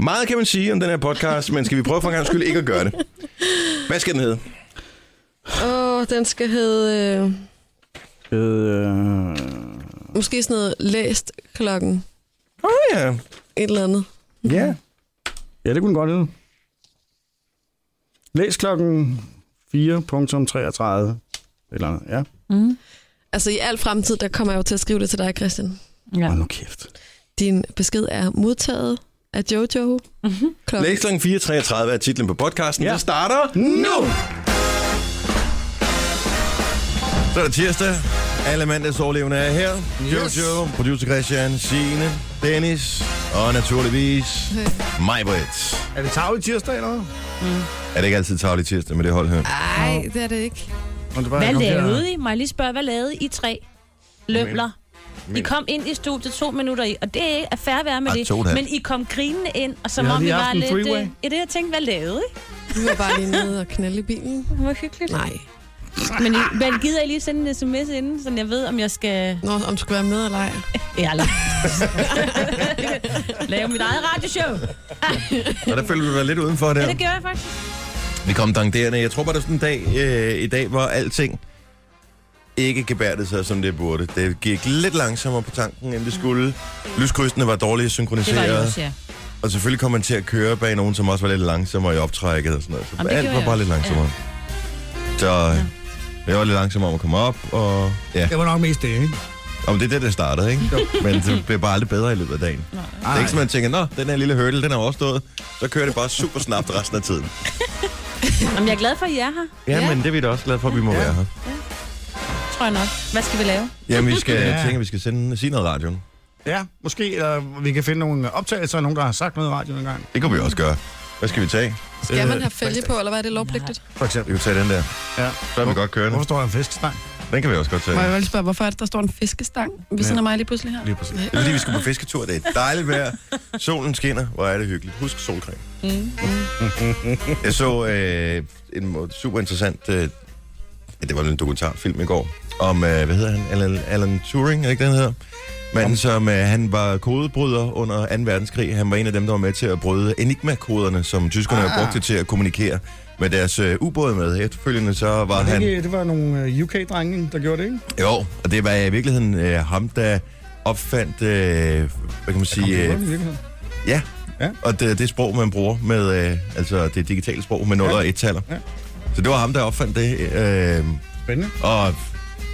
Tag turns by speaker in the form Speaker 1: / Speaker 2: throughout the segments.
Speaker 1: Meget kan man sige om den her podcast, men skal vi prøve for en gang skyld ikke at gøre det? Hvad skal den hedde?
Speaker 2: Åh, oh, den skal hedde... Øh,
Speaker 3: Øh,
Speaker 2: måske sådan noget læst klokken.
Speaker 1: Åh oh, ja.
Speaker 2: Et eller andet.
Speaker 3: ja. Ja, det kunne den godt hedde. Læs klokken 4.33. Et Eller andet, ja.
Speaker 4: Mm.
Speaker 2: Altså i al fremtid, der kommer jeg jo til at skrive det til dig, Christian.
Speaker 4: Ja.
Speaker 3: Hold nu kæft.
Speaker 2: Din besked er modtaget af Jojo.
Speaker 4: Mm-hmm.
Speaker 2: Klokken.
Speaker 1: Læs klokken 4.33 er titlen på podcasten. Ja.
Speaker 3: Ja.
Speaker 1: Det starter nu!
Speaker 5: Så er det tirsdag. Alle mandags overlevende er her.
Speaker 1: Yes.
Speaker 5: Jojo, producer Christian, Signe, Dennis og naturligvis mig, Britt.
Speaker 3: Er det tavligt tirsdag, eller hvad?
Speaker 5: Er det ikke altid tavligt tirsdag med det hold her?
Speaker 2: Nej, det er det ikke.
Speaker 3: Nå, det er bare,
Speaker 4: Hvad
Speaker 3: jeg kom til at-
Speaker 4: lavede I? Må jeg lige spørge, hvad lavede I tre lømler? I kom ind i studiet to minutter i, og det er fair at være med
Speaker 5: Ah,
Speaker 4: det.
Speaker 5: to og et halvt.
Speaker 4: Men I kom grinende ind, og som
Speaker 3: Vi har
Speaker 4: om vi
Speaker 3: lige
Speaker 4: var
Speaker 3: haft en
Speaker 4: lidt...
Speaker 3: freeway.
Speaker 4: øh, Ja, det jeg tænkte, hvad lavede I?
Speaker 2: Vi var bare lige nede og knalde i bilen.
Speaker 4: Det var hyggeligt.
Speaker 2: Nej.
Speaker 4: Men, I, men gider I lige sende en sms inden, så jeg ved, om jeg skal...
Speaker 2: Nå, om du skulle være med eller ej.
Speaker 4: Ja, eller... Lave mit eget radioshow.
Speaker 5: Og der føler du dig lidt udenfor
Speaker 4: Ja,
Speaker 5: der.
Speaker 4: det gjorde jeg faktisk.
Speaker 5: Vi kom dangderende. Jeg tror bare, der er sådan en dag øh, i dag, hvor alting ikke gebærte sig, som det burde. Det gik lidt langsommere på tanken, end det skulle. Lyskrydsene var dårligt
Speaker 4: Det var I
Speaker 5: synkroniseret.
Speaker 4: også, ja.
Speaker 5: Og selvfølgelig kom man til at køre bag nogen, som også var lidt langsommere i optrækket og sådan noget. Så
Speaker 4: Jamen, det
Speaker 5: alt
Speaker 4: gjorde
Speaker 5: var
Speaker 4: jeg
Speaker 5: bare
Speaker 4: også.
Speaker 5: lidt langsommere. Så øh, jeg var lidt langsommere om at komme op, og ja,
Speaker 3: Det var nok mest det, ikke?
Speaker 5: om det er det, der startede, ikke? Men det blev bare aldrig bedre i løbet af dagen. Det er ikke sådan, man tænker, nå, den her lille hurdle, den er overstået. Så kører det bare super snabt resten af tiden.
Speaker 4: Jamen, jeg er glad for, at I er her,
Speaker 5: Ja,
Speaker 2: Ja.
Speaker 5: men det er vi da også glade for, at vi må være her.
Speaker 4: tror jeg nok. Hvad skal vi lave?
Speaker 5: Jamen, vi skal,
Speaker 3: Ja.
Speaker 5: jeg tænker, vi skal sende, sige noget i radioen.
Speaker 3: Ja, måske. Eller vi kan finde nogle optagelser af nogen, der har sagt noget i radioen engang.
Speaker 5: Det kunne vi også gøre. Hvad skal vi tage?
Speaker 2: Skal man
Speaker 3: Øh,
Speaker 2: have fælge på, eller hvad er det lovpligtigt?
Speaker 3: For eksempel.
Speaker 5: Vi kan tage den der.
Speaker 3: Ja.
Speaker 5: Så er vi godt kørende.
Speaker 3: Hvorfor står der en fiskestang?
Speaker 5: Den kan vi også godt tage.
Speaker 6: Må jeg vel spørge, hvorfor er det, der står en fiskestang ved siden af mig lige pludselig her?
Speaker 3: Lige præcis.
Speaker 5: Det er fordi, vi skal på fisketur. Det er dejligt vejr. Solen skinner. Hvor er det hyggeligt. Husk solcreme. Jeg så øh, en må- super interessant... Øh, ja, det var en dokumentarfilm i går. Om, øh, hvad hedder han? Alan, Alan Turing, er det ikke den hedder? Manden, som øh, han var kodebryder under 2. verdenskrig. Han var en af dem, der var med til at bryde Enigma-koderne, som tyskerne ah. brugte til at kommunikere med deres øh, ubåde med. Efterfølgende så var, var
Speaker 3: Det,
Speaker 5: han...
Speaker 3: ikke, det var nogle øh, UK-drenge, der gjorde det, ikke?
Speaker 5: Jo, og det var i virkeligheden øh, ham, der opfandt, øh, hvad kan man sige,
Speaker 3: Yeah.
Speaker 5: øh,
Speaker 3: Det, var
Speaker 5: ja,
Speaker 3: Ja.
Speaker 5: og det, det sprog, man bruger med, øh, altså det digitale sprog med 0
Speaker 3: Ja.
Speaker 5: og 1 taler.
Speaker 3: Ja.
Speaker 5: Så det var ham, der opfandt det, øh,
Speaker 3: Spændende.
Speaker 5: og
Speaker 3: Hvornår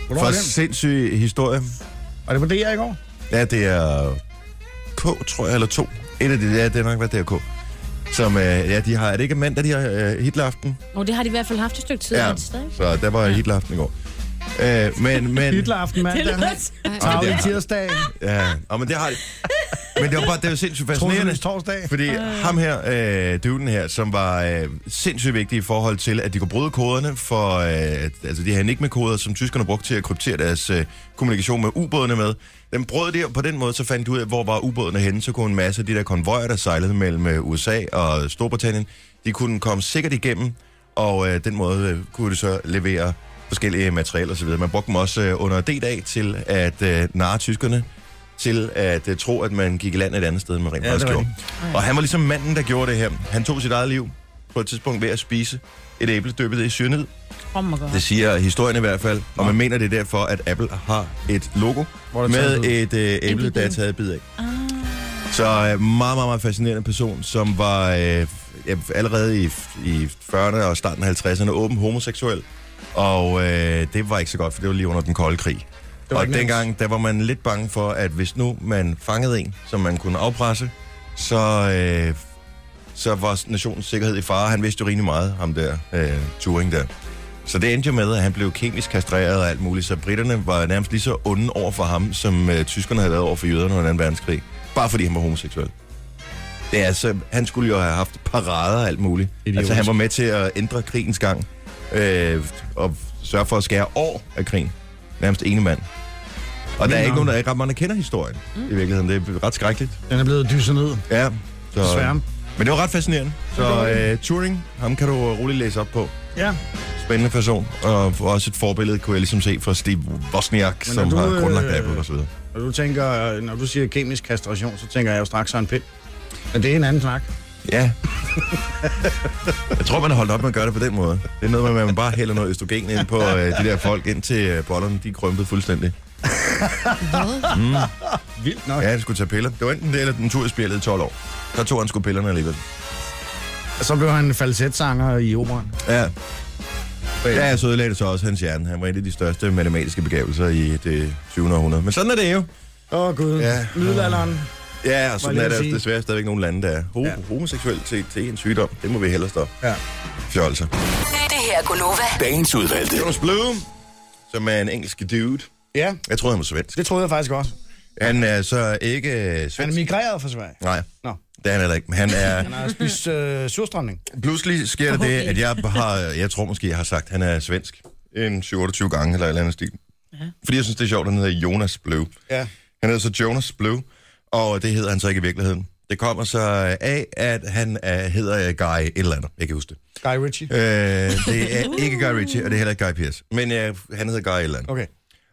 Speaker 5: for
Speaker 3: var det?
Speaker 5: sindssyg historie.
Speaker 3: Og det var DR i går?
Speaker 5: Ja, det er K, tror jeg, eller 2. Et af de, ja, det har nok været DRK. Som, øh, ja, de har, er det ikke mandag, de har øh, Hitleraften?
Speaker 4: Og det har de i hvert fald haft et stykke tid.
Speaker 5: Ja,
Speaker 4: et sted, ikke?
Speaker 5: så der var ja. Hitleraften i går. Øh, men, men,
Speaker 3: Hitleraften
Speaker 4: Det
Speaker 3: mandag.
Speaker 4: lyder
Speaker 3: Tavlig
Speaker 5: Ja.
Speaker 3: tirsdag.
Speaker 5: Ja, og men det har de. Men det var bare, det var sindssygt fascinerende.
Speaker 3: Troseløs torsdag.
Speaker 5: Fordi øh. ham her, øh, dyvden her, som var øh, sindssygt vigtig i forhold til, at de kunne bryde koderne for, øh, altså de her enigma-koder, som tyskerne brugte til at kryptere deres øh, kommunikation med ubådene med. Den brød det, og på den måde så fandt de ud af, hvor var ubådene henne, så kunne en masse af de der konvojer, der sejlede mellem øh, USA og Storbritannien, de kunne komme sikkert igennem, og øh, den måde øh, kunne de så levere forskellige materialer osv. Man brugte dem også øh, under D-dag til at øh, narre tyskerne til at uh, tro, at man gik i land et andet sted, end man rent
Speaker 3: Ja,
Speaker 5: faktisk
Speaker 3: det var
Speaker 5: gjorde. Og han var ligesom manden, der gjorde det her. Han tog sit eget liv på et tidspunkt ved at spise et æble dyppet i syrenid.
Speaker 4: Oh my god.
Speaker 5: Det siger historien i hvert fald, og man mener, det er derfor, at Apple har et logo
Speaker 3: Hvor der er
Speaker 5: med
Speaker 3: taget
Speaker 5: et øh, æble,
Speaker 4: Enkelt
Speaker 5: der er
Speaker 4: bid.
Speaker 5: taget bid af.
Speaker 3: Ah.
Speaker 5: Så øh, meget, meget, meget fascinerende person, som var øh, ja, allerede i, i 40'erne og starten af 50'erne åben homoseksuel. Og øh, det var ikke så godt, for det var lige under den kolde krig.
Speaker 3: var
Speaker 5: Og
Speaker 3: ikke nemt.
Speaker 5: dengang, der var man lidt bange for, at hvis nu man fangede en, som man kunne afpresse, så, øh, så var nationens sikkerhed i fare. Han vidste jo rimelig meget, ham der, øh, Turing der. Så det endte jo med, at han blev kemisk kastreret og alt muligt, så britterne var nærmest lige så onde over for ham, som øh, tyskerne havde været over for jøderne under 2. verdenskrig. Bare fordi han var homoseksuel. Det er altså, han skulle jo have haft parader og alt muligt.
Speaker 3: Idiotisk.
Speaker 5: Altså, han var med til at ændre krigens gang øh, og sørge for at skære år af krigen. Nærmest ene mand. Og der er
Speaker 3: Men,
Speaker 5: ikke
Speaker 3: nå.
Speaker 5: nogen, der ikke ret mange, der kender historien mm. i virkeligheden. Det er ret skrækkeligt.
Speaker 3: Den er blevet dysset ned.
Speaker 5: Ja, så,
Speaker 3: Desværre.
Speaker 5: men det var ret fascinerende. Så øh, Turing, ham kan du roligt læse op på
Speaker 3: Ja.
Speaker 5: spændende person, og også et forbillede, kunne jeg ligesom se fra Steve Wozniak,
Speaker 3: Men
Speaker 5: som
Speaker 3: når
Speaker 5: du,
Speaker 3: du,
Speaker 5: har grundlagt
Speaker 3: øh,
Speaker 5: Apple og så videre.
Speaker 3: Når du, tænker, når du siger kemisk kastration, så tænker jeg jo straks Søren Pind. Men det er en anden snak.
Speaker 5: Ja. jeg tror, man har holdt op med at gøre det på den måde. Det er noget med, at man bare hælder noget østrogen ind på øh, de der folk, indtil øh, bollerne de er krympet fuldstændig.
Speaker 3: Vildt nok.
Speaker 5: Ja, det skulle tage piller. Det var enten det, eller den tur i spjældet i 12 år. Så tog han sgu pillerne alligevel.
Speaker 3: Så blev han falsetsanger i operan.
Speaker 5: Ja. Ja, så ødelagde det så også hans hjerne. Han var en af de største matematiske begavelser i det 20. århundrede. Men sådan er det jo.
Speaker 3: Åh, oh, Gud.
Speaker 5: Ja.
Speaker 3: Ja. Middelalderen.
Speaker 5: Ja, og
Speaker 3: jeg
Speaker 5: sådan
Speaker 3: lige
Speaker 5: er
Speaker 3: vil
Speaker 5: der
Speaker 3: sige.
Speaker 5: desværre stadigvæk nogle lande, der er ho- ja.
Speaker 3: Ja.
Speaker 5: homoseksualitet til en sygdom. Det må vi hellere stoppe.
Speaker 3: Ja.
Speaker 5: Fjolser.
Speaker 7: Det her er Gunova.
Speaker 8: Dagens udvalgte.
Speaker 5: Jonas Blue, som er en engelsk dude.
Speaker 3: ja,
Speaker 5: Jeg troede, han var svensk.
Speaker 3: det troede jeg faktisk også.
Speaker 5: Han er så ikke øh,
Speaker 3: Han
Speaker 5: svensk.
Speaker 3: er migreret fra Sverige.
Speaker 5: Nej,
Speaker 3: Nå,
Speaker 5: det er han heller ikke. Men han er...
Speaker 3: han har spist øh, surstrømning.
Speaker 5: Pludselig sker der det, at jeg har, jeg tror måske, jeg har sagt, at han er svensk. En 28 gange eller et eller andet stil. Ja. Fordi jeg synes, det er sjovt, at han hedder Jonas Blue.
Speaker 3: Ja.
Speaker 5: Han hedder så Jonas Blue, og det hedder han så ikke i virkeligheden. Det kommer så af, at han er, hedder øh, Guy et eller andet. Jeg kan huske det.
Speaker 3: Guy Ritchie.
Speaker 5: Øh, det er ikke Guy Ritchie, og det er heller ikke Guy Pearce. Men øh, han hedder Guy et eller andet.
Speaker 3: Okay.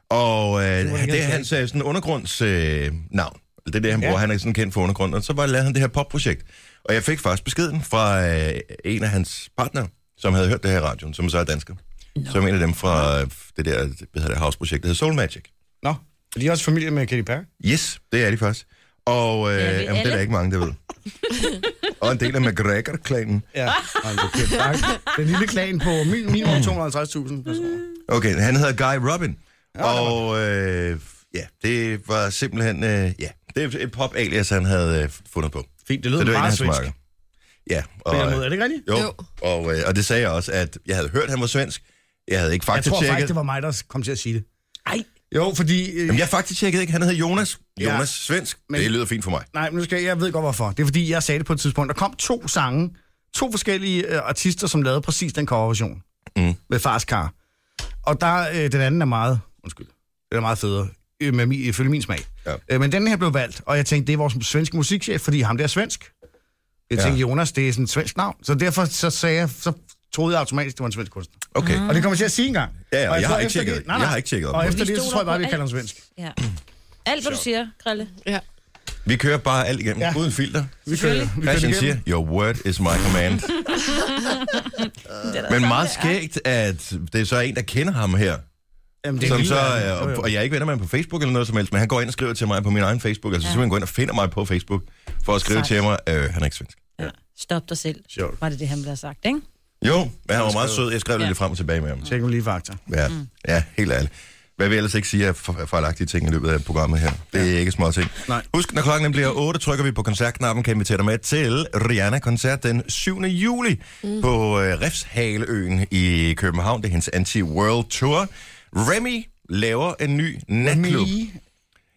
Speaker 5: Og øh, det,
Speaker 3: må
Speaker 5: det
Speaker 3: jeg
Speaker 5: er
Speaker 3: gerne
Speaker 5: hans øh, sådan undergrundsnavn. Øh, navn. det er det, han
Speaker 3: Ja.
Speaker 5: bruger. Han er sådan kendt for undergrund. Og så bare lavede han det her popprojekt. Og jeg fik faktisk beskeden fra øh, en af hans partnere, som havde hørt det her i radioen, som så er dansker. No. Som en af dem fra øh, det der hvad hedder det, houseprojekt, der hedder Soul Magic.
Speaker 3: Nå, er de også familie med Katy Perry?
Speaker 5: Yes, det er de faktisk. Og øh,
Speaker 4: Ja, vi
Speaker 5: jamen, det er der
Speaker 4: alle.
Speaker 5: ikke mange, der ved. og en del af McGregor-klanen.
Speaker 3: Ja. Ej, det er kæft, tak. Den lille klan på min- minimum 250.000 personer.
Speaker 5: Okay, han hedder Guy Robin. og øh, ja, det var simpelthen... Øh, ja, det er et pop-alias, han havde øh, fundet på.
Speaker 3: Fint, det
Speaker 5: Så
Speaker 3: lyder
Speaker 5: det var en af
Speaker 3: meget
Speaker 5: hans
Speaker 3: svensk.
Speaker 5: marker. Ja,
Speaker 3: På
Speaker 5: og, øh,
Speaker 3: en eller anden måde. Er det ikke rigtigt?
Speaker 5: jo,
Speaker 2: Jo.
Speaker 5: Og, øh, og det sagde jeg også, at jeg havde hørt, at han var svensk. Jeg havde ikke
Speaker 3: Jeg tror faktisk,
Speaker 5: faktatjekket.
Speaker 3: det
Speaker 5: Var...
Speaker 3: var mig, der kom til at sige det.
Speaker 4: Ej.
Speaker 3: Jo, fordi... Øh,
Speaker 5: Jamen, jeg faktatjekkede ikke. Han hed Jonas.
Speaker 3: Ja.
Speaker 5: Jonas Svensk. Men...
Speaker 3: Men-
Speaker 5: Det lyder fint for mig.
Speaker 3: Nej, men nu skal jeg, jeg ved godt hvorfor. Det er fordi, jeg sagde det på et tidspunkt. Der kom to sange, to forskellige øh, artister, som lavede præcis den coverversion
Speaker 5: Mm.
Speaker 3: med Fars Kar. Og der, øh, den anden er meget, undskyld, den er meget federe, øh, med min, ifølge min smag.
Speaker 5: Ja.
Speaker 3: Ja. Øh, men den her blev valgt, og jeg tænkte, det er vores svenske musikchef, fordi ham der er svensk. Jeg
Speaker 5: Ja.
Speaker 3: tænkte, Jonas, det er sådan et svensk navn. Så derfor så sagde jeg, så troede jeg automatisk, det var en svensk kunstner.
Speaker 5: Okay.
Speaker 3: Og det kommer jeg til at sige engang.
Speaker 5: Ja, ja,
Speaker 3: og
Speaker 5: jeg
Speaker 3: tror,
Speaker 5: har ikke
Speaker 3: efter
Speaker 5: tjekket-
Speaker 3: det- nej,
Speaker 5: jeg
Speaker 3: nej.
Speaker 5: har ikke tjekket op
Speaker 3: Og
Speaker 5: på
Speaker 3: efter
Speaker 4: det.
Speaker 3: det, så
Speaker 4: Vi
Speaker 3: tror jeg bare,
Speaker 4: stoler
Speaker 3: vi
Speaker 4: på
Speaker 3: kalder ham
Speaker 4: alt.
Speaker 3: svensk.
Speaker 4: Ja. Alt, hvad du siger, Grille.
Speaker 2: Ja.
Speaker 5: Vi kører bare alt igennem. Ja.
Speaker 3: Ja.
Speaker 5: Uden filter.
Speaker 3: Vi kører, vi kører
Speaker 5: Christian
Speaker 3: det
Speaker 5: siger,
Speaker 3: igennem.
Speaker 5: your word is my command. Men meget skægt, at det er så en, der kender ham her.
Speaker 3: Jamen, det er
Speaker 5: Som
Speaker 3: lige-
Speaker 5: så,
Speaker 3: Jo, jo.
Speaker 5: øh, og jeg er ikke venner med ham på Facebook eller noget som helst, men han går ind og skriver til mig på min egen Facebook, altså ja. simpelthen går ind og finder mig på Facebook, for at skrive
Speaker 4: Sejt.
Speaker 5: til mig, øh, han er ikke svensk.
Speaker 4: Ja. Stop dig selv.
Speaker 3: Sjovt.
Speaker 4: Var det det, han ville have sagt, ikke?
Speaker 5: Jo, men han var meget sød, jeg skrev ja. lidt frem og tilbage med ham.
Speaker 3: Tjek nu lige fakta.
Speaker 5: Ja,
Speaker 3: Mm.
Speaker 5: ja helt ærligt. Hvad vi ellers ikke siger af fejlagtige ting i løbet af programmet her. Det er ikke små ting.
Speaker 3: Nej.
Speaker 5: Husk, når klokken bliver 8, trykker vi på koncertknappen, kan invitere dig med til Rihanna-koncert den 7. juli mm. på øh, Refshaleøen i København. Det er hendes Anti-World Tour. Remy laver en ny natklub.
Speaker 3: Mie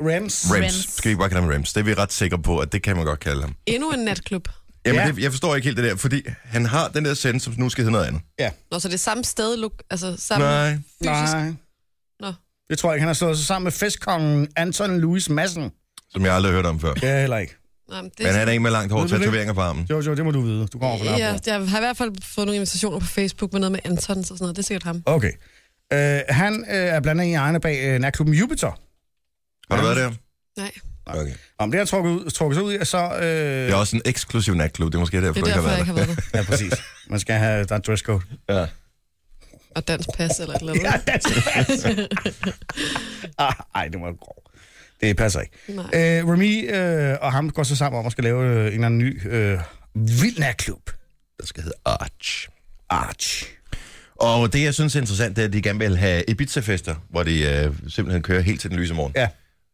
Speaker 3: Rams.
Speaker 5: Rams.
Speaker 4: Rams.
Speaker 5: Skal vi ikke bare kalde ham Rams? Det er vi ret sikre på, at det kan man godt kalde ham.
Speaker 2: Endnu en natklub.
Speaker 5: Jamen, ja.
Speaker 3: Ja.
Speaker 5: det, jeg forstår ikke helt det der, fordi han har den der sende, som nu skal hedde noget andet.
Speaker 3: Ja.
Speaker 2: Nå, så det er samme sted, lo- altså samme
Speaker 5: Nej.
Speaker 2: fysisk.
Speaker 3: Nej.
Speaker 2: Nå.
Speaker 3: Det tror jeg ikke. Han har slået sig sammen med festkongen Anton Louis Madsen.
Speaker 5: Som jeg aldrig har hørt om før.
Speaker 3: Ja, heller ikke.
Speaker 2: Nej, men det,
Speaker 5: Men han er en med langt hår
Speaker 3: Ved du det?
Speaker 5: tatoveringer på armen.
Speaker 3: Jo, jo, det må du vide. Du kommer fra
Speaker 2: ja,
Speaker 3: Nørrebro.
Speaker 2: jeg har i hvert fald fået nogle invitationer på Facebook med noget med Anton og sådan noget. Det er sikkert ham.
Speaker 3: Okay. Øh, han øh, er blandt andet ejerne bag øh, natklubben Jupiter.
Speaker 5: Har du været der?
Speaker 2: Nej,
Speaker 5: Okay.
Speaker 3: Om det har trukket, ud, trukket sig ud i, og så... Øh,
Speaker 5: Det er også en eksklusiv natklub, det er måske derfor,
Speaker 2: det er
Speaker 5: du ikke
Speaker 2: derfor,
Speaker 5: har
Speaker 2: jeg
Speaker 5: været
Speaker 2: ikke har været der.
Speaker 3: Ja, præcis. Man skal have... Der er dresscode.
Speaker 5: der. Ja.
Speaker 2: Og danspas eller et eller andet.
Speaker 3: Ja, that's ah, ej, det var grov. Det passer ikke.
Speaker 2: Nej.
Speaker 3: Øh, Remy øh, og ham går så sammen om at skal lave øh, en eller anden ny øh, vild natklub.
Speaker 5: Der skal hedde Arch.
Speaker 3: Arch.
Speaker 5: Og det, jeg synes er interessant, det er, at de gerne vil have Ibiza-fester, hvor de øh, simpelthen kører helt til den lyse morgen.
Speaker 3: Ja.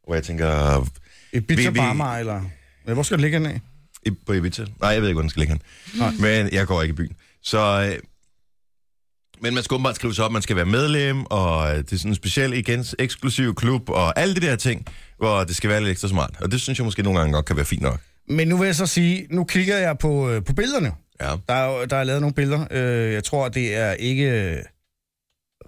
Speaker 5: Hvor jeg tænker,
Speaker 3: Et
Speaker 5: Vi-
Speaker 3: pizza
Speaker 5: vi-
Speaker 3: på Amager, eller... Ja, Hvor skal det ligge af?
Speaker 5: I- på Ibiza. Nej, jeg ved ikke, hvor den skal ligge hen.
Speaker 3: Nej.
Speaker 5: Men jeg går ikke i byen. Så, øh, men man skal åbenbart skrive sig op, man skal være medlem, og øh, det er sådan en speciel, igen, eksklusiv klub, og alle de der ting, hvor det skal være lidt ekstra smart. Og det synes jeg måske nogle gange godt kan være fint nok.
Speaker 3: Men nu vil jeg så sige, nu kigger jeg på, øh, på billederne.
Speaker 5: Ja.
Speaker 3: Der er, jo- der er lavet nogle billeder. Øh, jeg tror, det er ikke øh,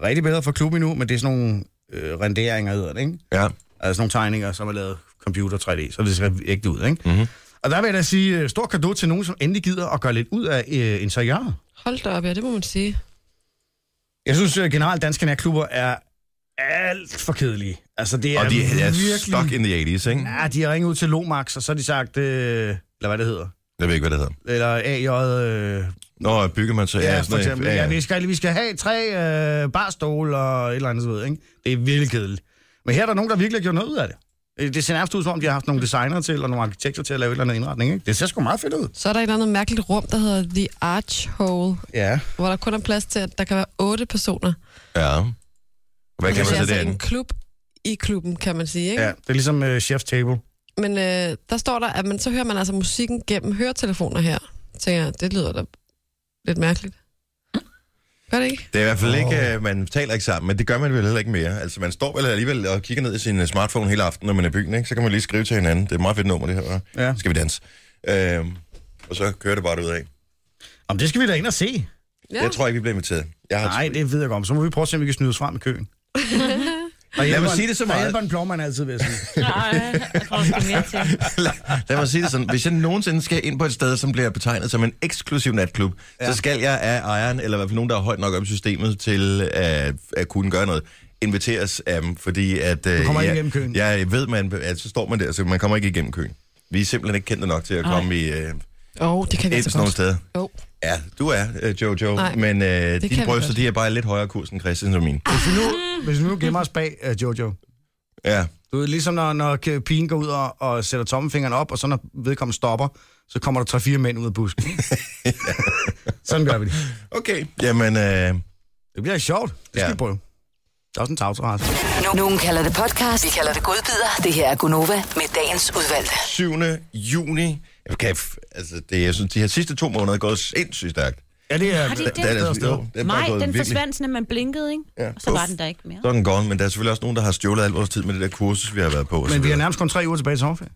Speaker 3: rigtig billeder fra klubben endnu, men det er sådan nogle øh, renderinger, hedder det, ikke?
Speaker 5: Ja.
Speaker 3: Altså nogle tegninger, som er lavet computer 3D, så det ser ægte ud, ikke?
Speaker 5: Mhm.
Speaker 3: Og der vil jeg da sige, øh, stor gave til nogen, som endelig gider at gøre lidt ud af øh, interiøret.
Speaker 2: Hold da op, ja, det må man sige.
Speaker 3: Jeg synes øh, generelt, danske nærklubber er alt for kedelige. Altså, det er
Speaker 5: Og de er
Speaker 3: virkelig...
Speaker 5: stuck in the 80's, ikke?
Speaker 3: Ja, de har ringet ud til Lomax, og så har de sagt, øh, eller hvad det hedder.
Speaker 5: Jeg ved ikke, hvad det hedder.
Speaker 3: Eller AJ... Øh,
Speaker 5: Nå, bygger man så
Speaker 3: ja,
Speaker 5: sådan
Speaker 3: for
Speaker 5: en-
Speaker 3: eksempel. Ja, vi, skal, vi skal have tre øh, barstole og et eller andet, så ved, jeg, ikke? Det er virkelig kedeligt. Men her er der nogen, der virkelig har gjort noget ud af det. Øh, Det ser nærmest ud, som om de har haft nogle designer til, og nogle arkitekter til at lave et eller andet indretning, ikke? Det ser sgu meget fedt ud.
Speaker 2: Så er der et eller andet mærkeligt rum, der hedder The Arch Hole,
Speaker 3: Ja.
Speaker 2: hvor der kun er plads til, at der kan være otte personer.
Speaker 5: Ja. Hvad kan
Speaker 2: det
Speaker 5: man
Speaker 2: er
Speaker 5: så
Speaker 2: altså en
Speaker 5: derinde?
Speaker 2: klub i klubben, kan man sige. Ikke?
Speaker 3: ja. Det er ligesom øh, chef table.
Speaker 2: Men øh, der står der, at man, så hører man altså musikken gennem høretelefoner her. Tænker jeg, det lyder da lidt mærkeligt. Gør det ikke?
Speaker 5: Det er i hvert fald ikke, øh, man taler ikke sammen, men det gør man vel heller ikke mere. Altså, man står vel alligevel og kigger ned i sin øh, smartphone hele aftenen, når man er i byen, ikke? Så kan man lige skrive til hinanden. Det er et meget fedt nummer, det her. hva'?
Speaker 3: Ja.
Speaker 5: Skal vi danse? Øhm, og så kører det bare ud af.
Speaker 3: Om det skal vi da ind og se.
Speaker 2: Ja.
Speaker 5: Jeg tror ikke, vi bliver inviteret. Jeg har
Speaker 3: Nej, det ved jeg godt. Så må vi prøve at se, om vi kan snyde os frem i køen. Og
Speaker 5: Lad mig
Speaker 3: en-
Speaker 5: sige det så
Speaker 3: Der
Speaker 5: meget.
Speaker 3: hjælper en plovmand altid, vil jeg sige.
Speaker 4: Nej, jeg tror, der skal mere til.
Speaker 5: Lad mig sige det sådan. Hvis jeg nogensinde skal ind på et sted, som bliver betegnet som en eksklusiv natklub, ja. så skal jeg af ejeren, eller i hvert fald nogen, der er højt nok op i systemet til at, at kunne gøre noget, inviteres af dem, fordi at... Du
Speaker 3: kommer ikke
Speaker 5: jeg,
Speaker 3: igennem køen.
Speaker 5: Jeg ved, man, at så står man der, så man kommer ikke igennem køen. Vi er simpelthen ikke kendte nok til at komme i, øh,
Speaker 2: Åh, oh, det kan
Speaker 5: ind
Speaker 2: vi altså
Speaker 5: sådan nogle
Speaker 2: godt.
Speaker 5: steder.
Speaker 2: Oh.
Speaker 5: Ja, du er, øh, Jojo,
Speaker 2: Nej,
Speaker 5: men øh,
Speaker 2: kan vi
Speaker 5: dine bryster,
Speaker 2: godt.
Speaker 5: de er bare i lidt højere kurs end Christians og mine.
Speaker 3: Hvis vi nu, hvis vi nu gemmer os bag uh, Jojo.
Speaker 5: Ja,
Speaker 3: Du ved, ligesom når, når pigen går ud og, og sætter tommelfingeren op, og så når vedkommende stopper, så kommer der 3-4 mænd ud af busken. Sådan gør vi det.
Speaker 5: okay. Jamen, øh,
Speaker 3: Det bliver sjovt. Det skal
Speaker 5: Ja.
Speaker 3: ja. vi prøve. Der er også en tagterrasse.
Speaker 7: Nogen kalder det podcast, vi kalder det godbider. Det her er Gunova med dagens udvalgte.
Speaker 5: 7. juni. Jeg kan, f- altså, det, jeg synes, de her sidste to måneder er gået sindssygt stærkt.
Speaker 3: Ja, det er...
Speaker 4: Har de
Speaker 5: Det,
Speaker 4: det?
Speaker 5: det, er det, altså-
Speaker 3: sted.
Speaker 5: jo, det er
Speaker 4: Nej,
Speaker 5: bare gået
Speaker 4: den
Speaker 5: virkelig-
Speaker 4: forsvandt, når man blinkede, ikke?
Speaker 5: Ja.
Speaker 4: Og så var den der ikke mere.
Speaker 5: Så er den gone, men der er selvfølgelig også nogen, der har stjålet al vores tid med det der kursus, vi har været på. og så
Speaker 3: Men vi har
Speaker 5: videre.
Speaker 3: nærmest kun tre uger tilbage til sommerferie.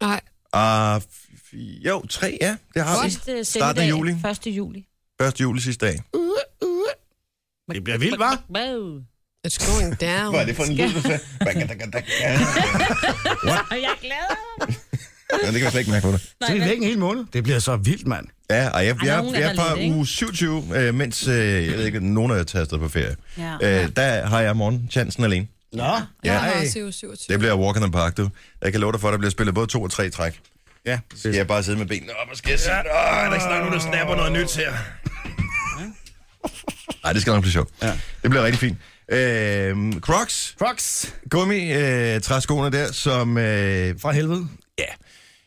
Speaker 2: Nej,
Speaker 5: Ah, f- jo, tre, ja. Det har vi.
Speaker 4: Sidste
Speaker 5: Starten af juli.
Speaker 4: sendedag, 1. juli.
Speaker 5: 1. juli sidste dag.
Speaker 3: Det bliver vildt, hva'?
Speaker 4: Wow.
Speaker 2: it's going down.
Speaker 5: Hvad er det for en lyd, du sagde?
Speaker 4: Og jeg er glad.
Speaker 5: Ja, det kan jeg slet ikke mærke på det.
Speaker 3: Så er det væk en hel måned. Det bliver så vildt, mand.
Speaker 5: Ja, og jeg, jeg, jeg,
Speaker 4: nogen er
Speaker 5: jeg er
Speaker 4: der lidt,
Speaker 5: på
Speaker 4: ikke?
Speaker 5: uge 27, øh, mens øh, jeg ved ikke, nogen af jer tager afsted på ferie.
Speaker 4: Ja.
Speaker 5: Øh, der har jeg morgenchancen alene.
Speaker 3: Nå.
Speaker 2: Ja, jeg
Speaker 5: Ja.
Speaker 2: har også 27.
Speaker 5: Det bliver walk in the park, du. Jeg kan love dig for, at der bliver spillet både to og tre træk.
Speaker 3: Ja,
Speaker 5: Skal jeg bare sidde med benene op og skal jeg sige, åh, er der ikke snart nogen, der snapper noget nyt her? Nej, det skal nok blive sjovt. Ja. Det bliver rigtig fint. Øh, Crocs,
Speaker 3: Crocs
Speaker 5: gummi, øh, træskoene der, som... Øh,
Speaker 3: fra helvede.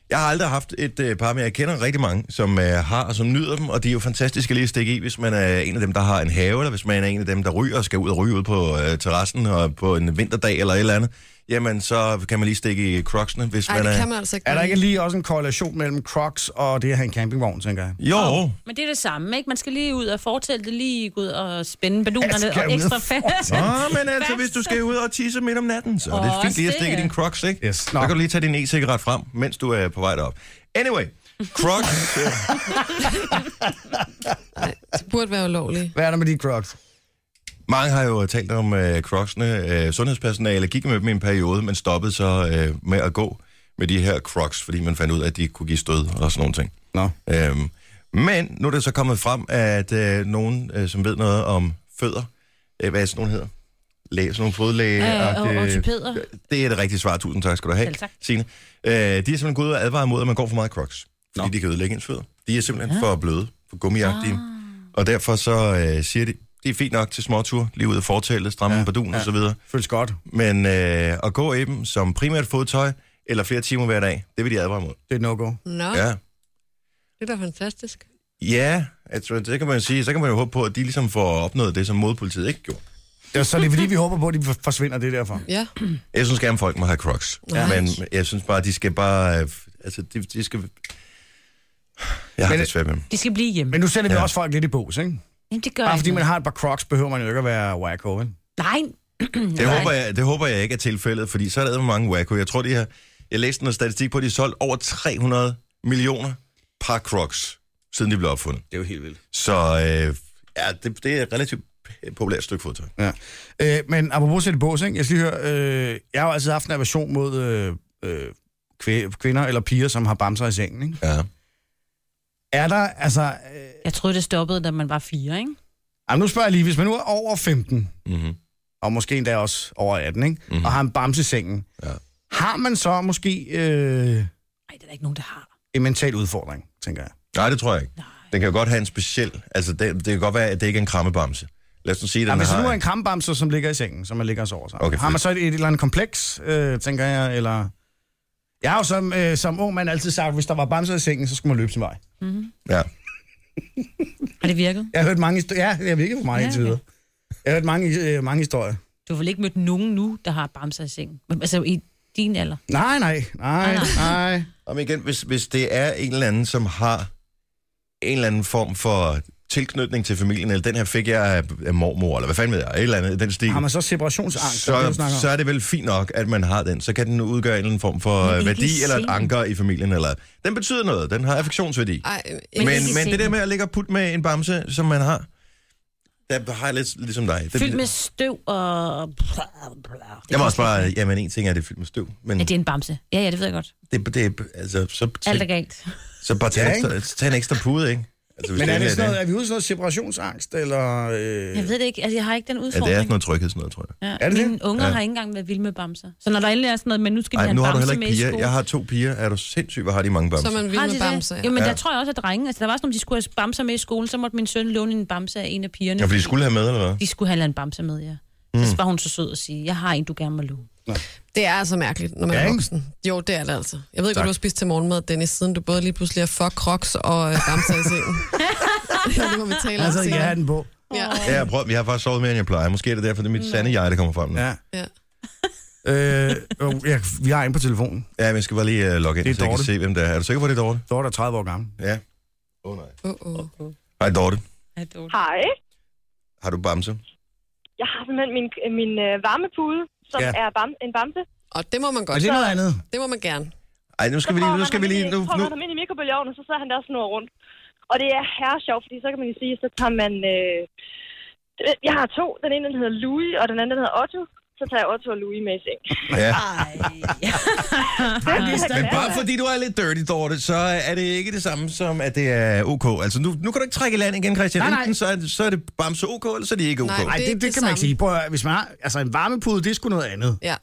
Speaker 5: jeg har aldrig haft et øh, par, men jeg kender rigtig mange, som øh, har og som nyder dem, og de er jo fantastiske lige at stikke i, hvis man er en af dem, der har en have, eller hvis man er en af dem, der ryger og skal ud og ryge ud på øh, terrassen og på en vinterdag eller et eller andet. Jamen, så kan man lige stikke i Crocs'ene, hvis
Speaker 2: Nej,
Speaker 5: man øh, er...
Speaker 2: det kan man altså ikke.
Speaker 3: Er der ikke lige også en korrelation mellem Crocs og det at have en campingvogn, tænker jeg?
Speaker 5: Jo,
Speaker 4: Men det er det samme, ikke? Man skal lige ud og fortælle det, lige gå ud og spænde ballonerne
Speaker 3: Jeg skal
Speaker 4: og
Speaker 3: ud
Speaker 4: ekstra
Speaker 3: og
Speaker 4: fast.
Speaker 5: Nå, men altså, hvis du skal ud og tisse midt om natten, så er det
Speaker 4: Åh,
Speaker 5: fint lige at
Speaker 4: se.
Speaker 5: stikke i din Crocs, ikke?
Speaker 3: Yes.
Speaker 5: Så kan du lige tage din e-cigaret frem, mens du er på vej derop. Anyway, Crocs... øh,
Speaker 2: Det burde være ulovligt.
Speaker 3: Hvad er der med de Crocs?
Speaker 5: mange har jo talt om øh, Crocs'ene. Øh, sundhedspersonale gik med dem i en periode, men stoppede så øh, med at gå med de her Crocs, fordi man fandt ud af, at de kunne give stød og sådan nogle ting.
Speaker 3: Nå.
Speaker 5: Øhm, men nu er det så kommet frem, at øh, nogen, øh, som ved noget om fødder, øh, hvad er sådan nogen hedder? Læge, sådan nogle fodlæge.
Speaker 4: Øh, og- og ortopæder.
Speaker 5: Det er det rigtige svar. Tusind tak skal du have,
Speaker 4: Selv tak.
Speaker 5: Signe. Øh, de er simpelthen gået ud og advaret mod, at man går for meget crocs. Fordi de kan ødelægge ens fødder. De er simpelthen ja. for bløde, for gummiagtige.
Speaker 4: Ah.
Speaker 5: Og derfor så øh, siger de, det er fint nok til småtur, lige ud af fortællet, stramme ja. badun ja. og så videre.
Speaker 3: Føles godt.
Speaker 5: Men øh, at gå i dem som primært fodtøj, eller flere timer hver dag, det vil de advare mod.
Speaker 3: Det er et no-go.
Speaker 2: Nå, ja.
Speaker 5: Ja.
Speaker 2: det er da fantastisk.
Speaker 5: Ja, altså, det kan man jo sige. Så kan man jo håbe på, at de ligesom får opnået det, som modpolitiet ikke gjorde.
Speaker 3: Ja, så det er fordi, vi håber på, at de forsvinder, det er derfor.
Speaker 2: Ja,
Speaker 5: Jeg synes gerne, folk må have crocs. Ja.
Speaker 2: Ja.
Speaker 5: Men jeg synes bare, de skal bare... øh, Altså, de, de skal... Jeg har
Speaker 3: Men-
Speaker 5: det svært med dem.
Speaker 4: De skal blive hjemme.
Speaker 3: Men nu sætter vi
Speaker 5: Ja.
Speaker 3: også folk lidt i pose, ikke?
Speaker 4: Jamen, det gør
Speaker 3: Bare
Speaker 4: ikke
Speaker 3: fordi man
Speaker 4: noget.
Speaker 3: har et par Crocs, behøver man jo ikke at være wacko, vel?
Speaker 4: Nej,
Speaker 5: Det håber, jeg, det håber jeg ikke er tilfældet, fordi så er der eddermame mange wacko. Jeg tror, de har... Jeg læste noget statistik på, at de har solgt over 300 millioner par crocs, siden de blev opfundet.
Speaker 3: Det er jo helt vildt.
Speaker 5: Så øh, ja, det, det er et relativt populært stykke fodtøj.
Speaker 3: Ja. Øh, men apropos sætte i pose, ikke? Jeg skal lige høre, øh, jeg har jo altid haft en aversion mod øh, øh, kvæ- kvinder eller piger, som har bamser i sengen, ikke?
Speaker 5: Ja.
Speaker 3: Er der, altså... Øh,
Speaker 4: jeg troede, det stoppede, da man var fire, ikke?
Speaker 3: jamen, nu spørger jeg lige, hvis man nu er over 15,
Speaker 5: Mm-hmm.
Speaker 3: og måske endda også over 18, ikke? Mm-hmm. og har en bamse i sengen.
Speaker 5: Ja.
Speaker 3: Har man så måske... Øh,
Speaker 4: Nej, det er der ikke nogen, der har.
Speaker 3: en mental udfordring, tænker jeg.
Speaker 5: Nej, det tror jeg ikke. Den kan jo godt have en speciel... Altså, det, det kan godt være, at det ikke er en krammebamse. Lad os nu sige, at
Speaker 3: Ja,
Speaker 5: den
Speaker 3: hvis det
Speaker 5: har...
Speaker 3: nu er en krampebamse, som ligger i sengen, som man ligger sig over sammen.
Speaker 5: Okay,
Speaker 3: Okay, har man
Speaker 5: fedt.
Speaker 3: så et, et eller andet kompleks, øh, tænker jeg, eller... Jeg har jo som, øh, som ung mand altid sagt, at hvis der var bamser i sengen, så skulle man løbe sin vej.
Speaker 5: Ja.
Speaker 4: Har det virket?
Speaker 3: Jeg har hørt mange historier. Ja, jeg ved ikke, hvor meget
Speaker 4: Ja,
Speaker 3: ja, indtil videre. Jeg har hørt mange, øh, mange historier.
Speaker 4: Du har vel ikke mødt nogen nu, der har bamser i sengen? Men, Altså i din alder.
Speaker 3: Nej, nej, nej,
Speaker 4: Ah, Nej,
Speaker 3: nej.
Speaker 5: Og men igen, hvis, hvis det er en eller anden, som har en eller anden form for tilknytning til familien, eller den her fik jeg af, af mormor, eller hvad fanden ved jeg, et eller andet, i den stil,
Speaker 3: Har man Ah, så separationsangst? Så, det, er det, du
Speaker 5: så,
Speaker 3: snakker om.
Speaker 5: så er det vel fint nok, at man har den. Så kan den udgøre en eller anden form for
Speaker 4: Men
Speaker 5: øh,
Speaker 4: ikke i
Speaker 5: værdi eller et
Speaker 4: sengen.
Speaker 5: anker i familien. Eller, den betyder noget. Den har affektionsværdi.
Speaker 2: Ej,
Speaker 5: Men,
Speaker 2: men,
Speaker 4: ikke i
Speaker 5: men det
Speaker 4: sengen.
Speaker 5: der med at ligge og putte med en bamse, som man har, der har jeg lidt ligesom dig. Det,
Speaker 4: Fyldt med støv og...
Speaker 5: jeg var også bare, jamen en ting er, at det er fyldt med støv, men
Speaker 4: Ja,
Speaker 5: det,
Speaker 4: det er en bamse. Ja, ja, det ved jeg godt.
Speaker 5: det, det altså, så,
Speaker 4: Alt er
Speaker 5: så,
Speaker 4: galt.
Speaker 5: så bare tag,
Speaker 3: Ja,
Speaker 5: en ekstra, tag en ekstra pude, ikke? Altså, hvis
Speaker 3: Men er,
Speaker 5: endelig
Speaker 3: det sådan
Speaker 5: det.
Speaker 3: noget, er vi ude i sådan noget separationsangst, eller... Øh,
Speaker 4: Jeg ved det ikke. Altså, jeg har ikke den
Speaker 5: Ja, det er
Speaker 4: udfordring.
Speaker 5: sådan noget tryghed, sådan noget, tror jeg.
Speaker 4: Ja,
Speaker 3: Er det det?
Speaker 4: mine unger
Speaker 5: Ja.
Speaker 4: har ikke engang været vilde med bamser. Så når der endelig er sådan noget, men nu skal de
Speaker 5: Ej,
Speaker 4: have
Speaker 5: nu
Speaker 4: en
Speaker 5: har du
Speaker 4: bamse
Speaker 5: heller
Speaker 4: med
Speaker 5: ikke
Speaker 4: i
Speaker 5: piger.
Speaker 4: sko.
Speaker 5: Jeg har to piger. Er du sindssyg, hvor har de mange
Speaker 2: så er
Speaker 5: bamser?
Speaker 2: man vild
Speaker 4: Har de
Speaker 2: med
Speaker 4: det?
Speaker 2: bamser. Ja.
Speaker 4: Jo, men
Speaker 5: Ja.
Speaker 4: der tror jeg også, at drenge... Altså, der var sådan, om de skulle have bamser med i skolen, så måtte min søn låne en bamse af en af pigerne.
Speaker 5: Ja, fordi de skulle Mm. have med, eller hvad?
Speaker 4: De skulle have en bamse med, ja. Så var hun så sød at sige, jeg har en, du gerne må låne.
Speaker 2: Det er altså mærkeligt, når man
Speaker 3: Ja,
Speaker 2: er
Speaker 3: ikke?
Speaker 2: voksen. Jo, det er det altså. Jeg ved ikke,
Speaker 5: Tak.
Speaker 2: hvad du har spist til morgenmad, Dennis, siden du både lige pludselig har fuck, crocs og øh, bamser i sengen. det må vi tale om
Speaker 3: altså, jeg har
Speaker 2: senere.
Speaker 3: den på.
Speaker 2: Ja.
Speaker 5: Ja, jeg, prøv, jeg har faktisk sovet mere, end jeg plejer. Måske er det derfor, det er mit sande jeg, der kommer frem nu. Ja,
Speaker 3: Ja.
Speaker 2: ja.
Speaker 3: Øh, jo, jeg, vi har en på telefonen.
Speaker 5: men jeg skal bare lige uh, logge ind,
Speaker 3: Det er
Speaker 5: så jeg kan
Speaker 3: Dorte.
Speaker 5: se, hvem det er. Er du sikker på, det er Dorte?
Speaker 3: Dorte er 30 år gammel.
Speaker 5: Ja. Åh oh, nej.
Speaker 2: Uh, uh.
Speaker 5: Hej, Dorte.
Speaker 8: Hej.
Speaker 5: Har du bamse?
Speaker 8: Jeg har simpelthen min, min øh, varmepude, som
Speaker 3: Ja.
Speaker 8: ja. er bam, en bamse.
Speaker 2: Og det må man
Speaker 3: Og
Speaker 2: godt.
Speaker 3: det er noget andet.
Speaker 2: Det må man gerne.
Speaker 5: Ej, nu skal vi lige... Nu skal vi lige nu,
Speaker 8: nu,
Speaker 5: nu.
Speaker 8: ham ind i mikrobølgeovnen, og så sidder han der og snor rundt. Og det er herre sjovt, fordi så kan man jo sige, så tager man... Øh, jeg har to. Den ene, den hedder Louis, og den anden, den hedder Otto. Så tager jeg Otto og Louis med i seng.
Speaker 5: Ja.
Speaker 8: Ja,
Speaker 5: Men
Speaker 8: ja.
Speaker 5: bare fordi du er lidt dirty, Dorte, så er det ikke det samme som, at det er OK. Altså, nu, nu kan du ikke trække i land igen, Christian.
Speaker 3: Nej, nej.
Speaker 5: Enten så er, det- så er det bamse OK, eller så er det ikke OK.
Speaker 2: Nej.
Speaker 3: Nej,
Speaker 2: Det
Speaker 3: det,
Speaker 2: er
Speaker 3: det,
Speaker 2: det
Speaker 3: kan man ikke
Speaker 2: samme.
Speaker 3: sige. Prøv, at høre, hvis man har, altså, en varmepude, det er sgu noget andet.
Speaker 2: Ja.
Speaker 3: Det er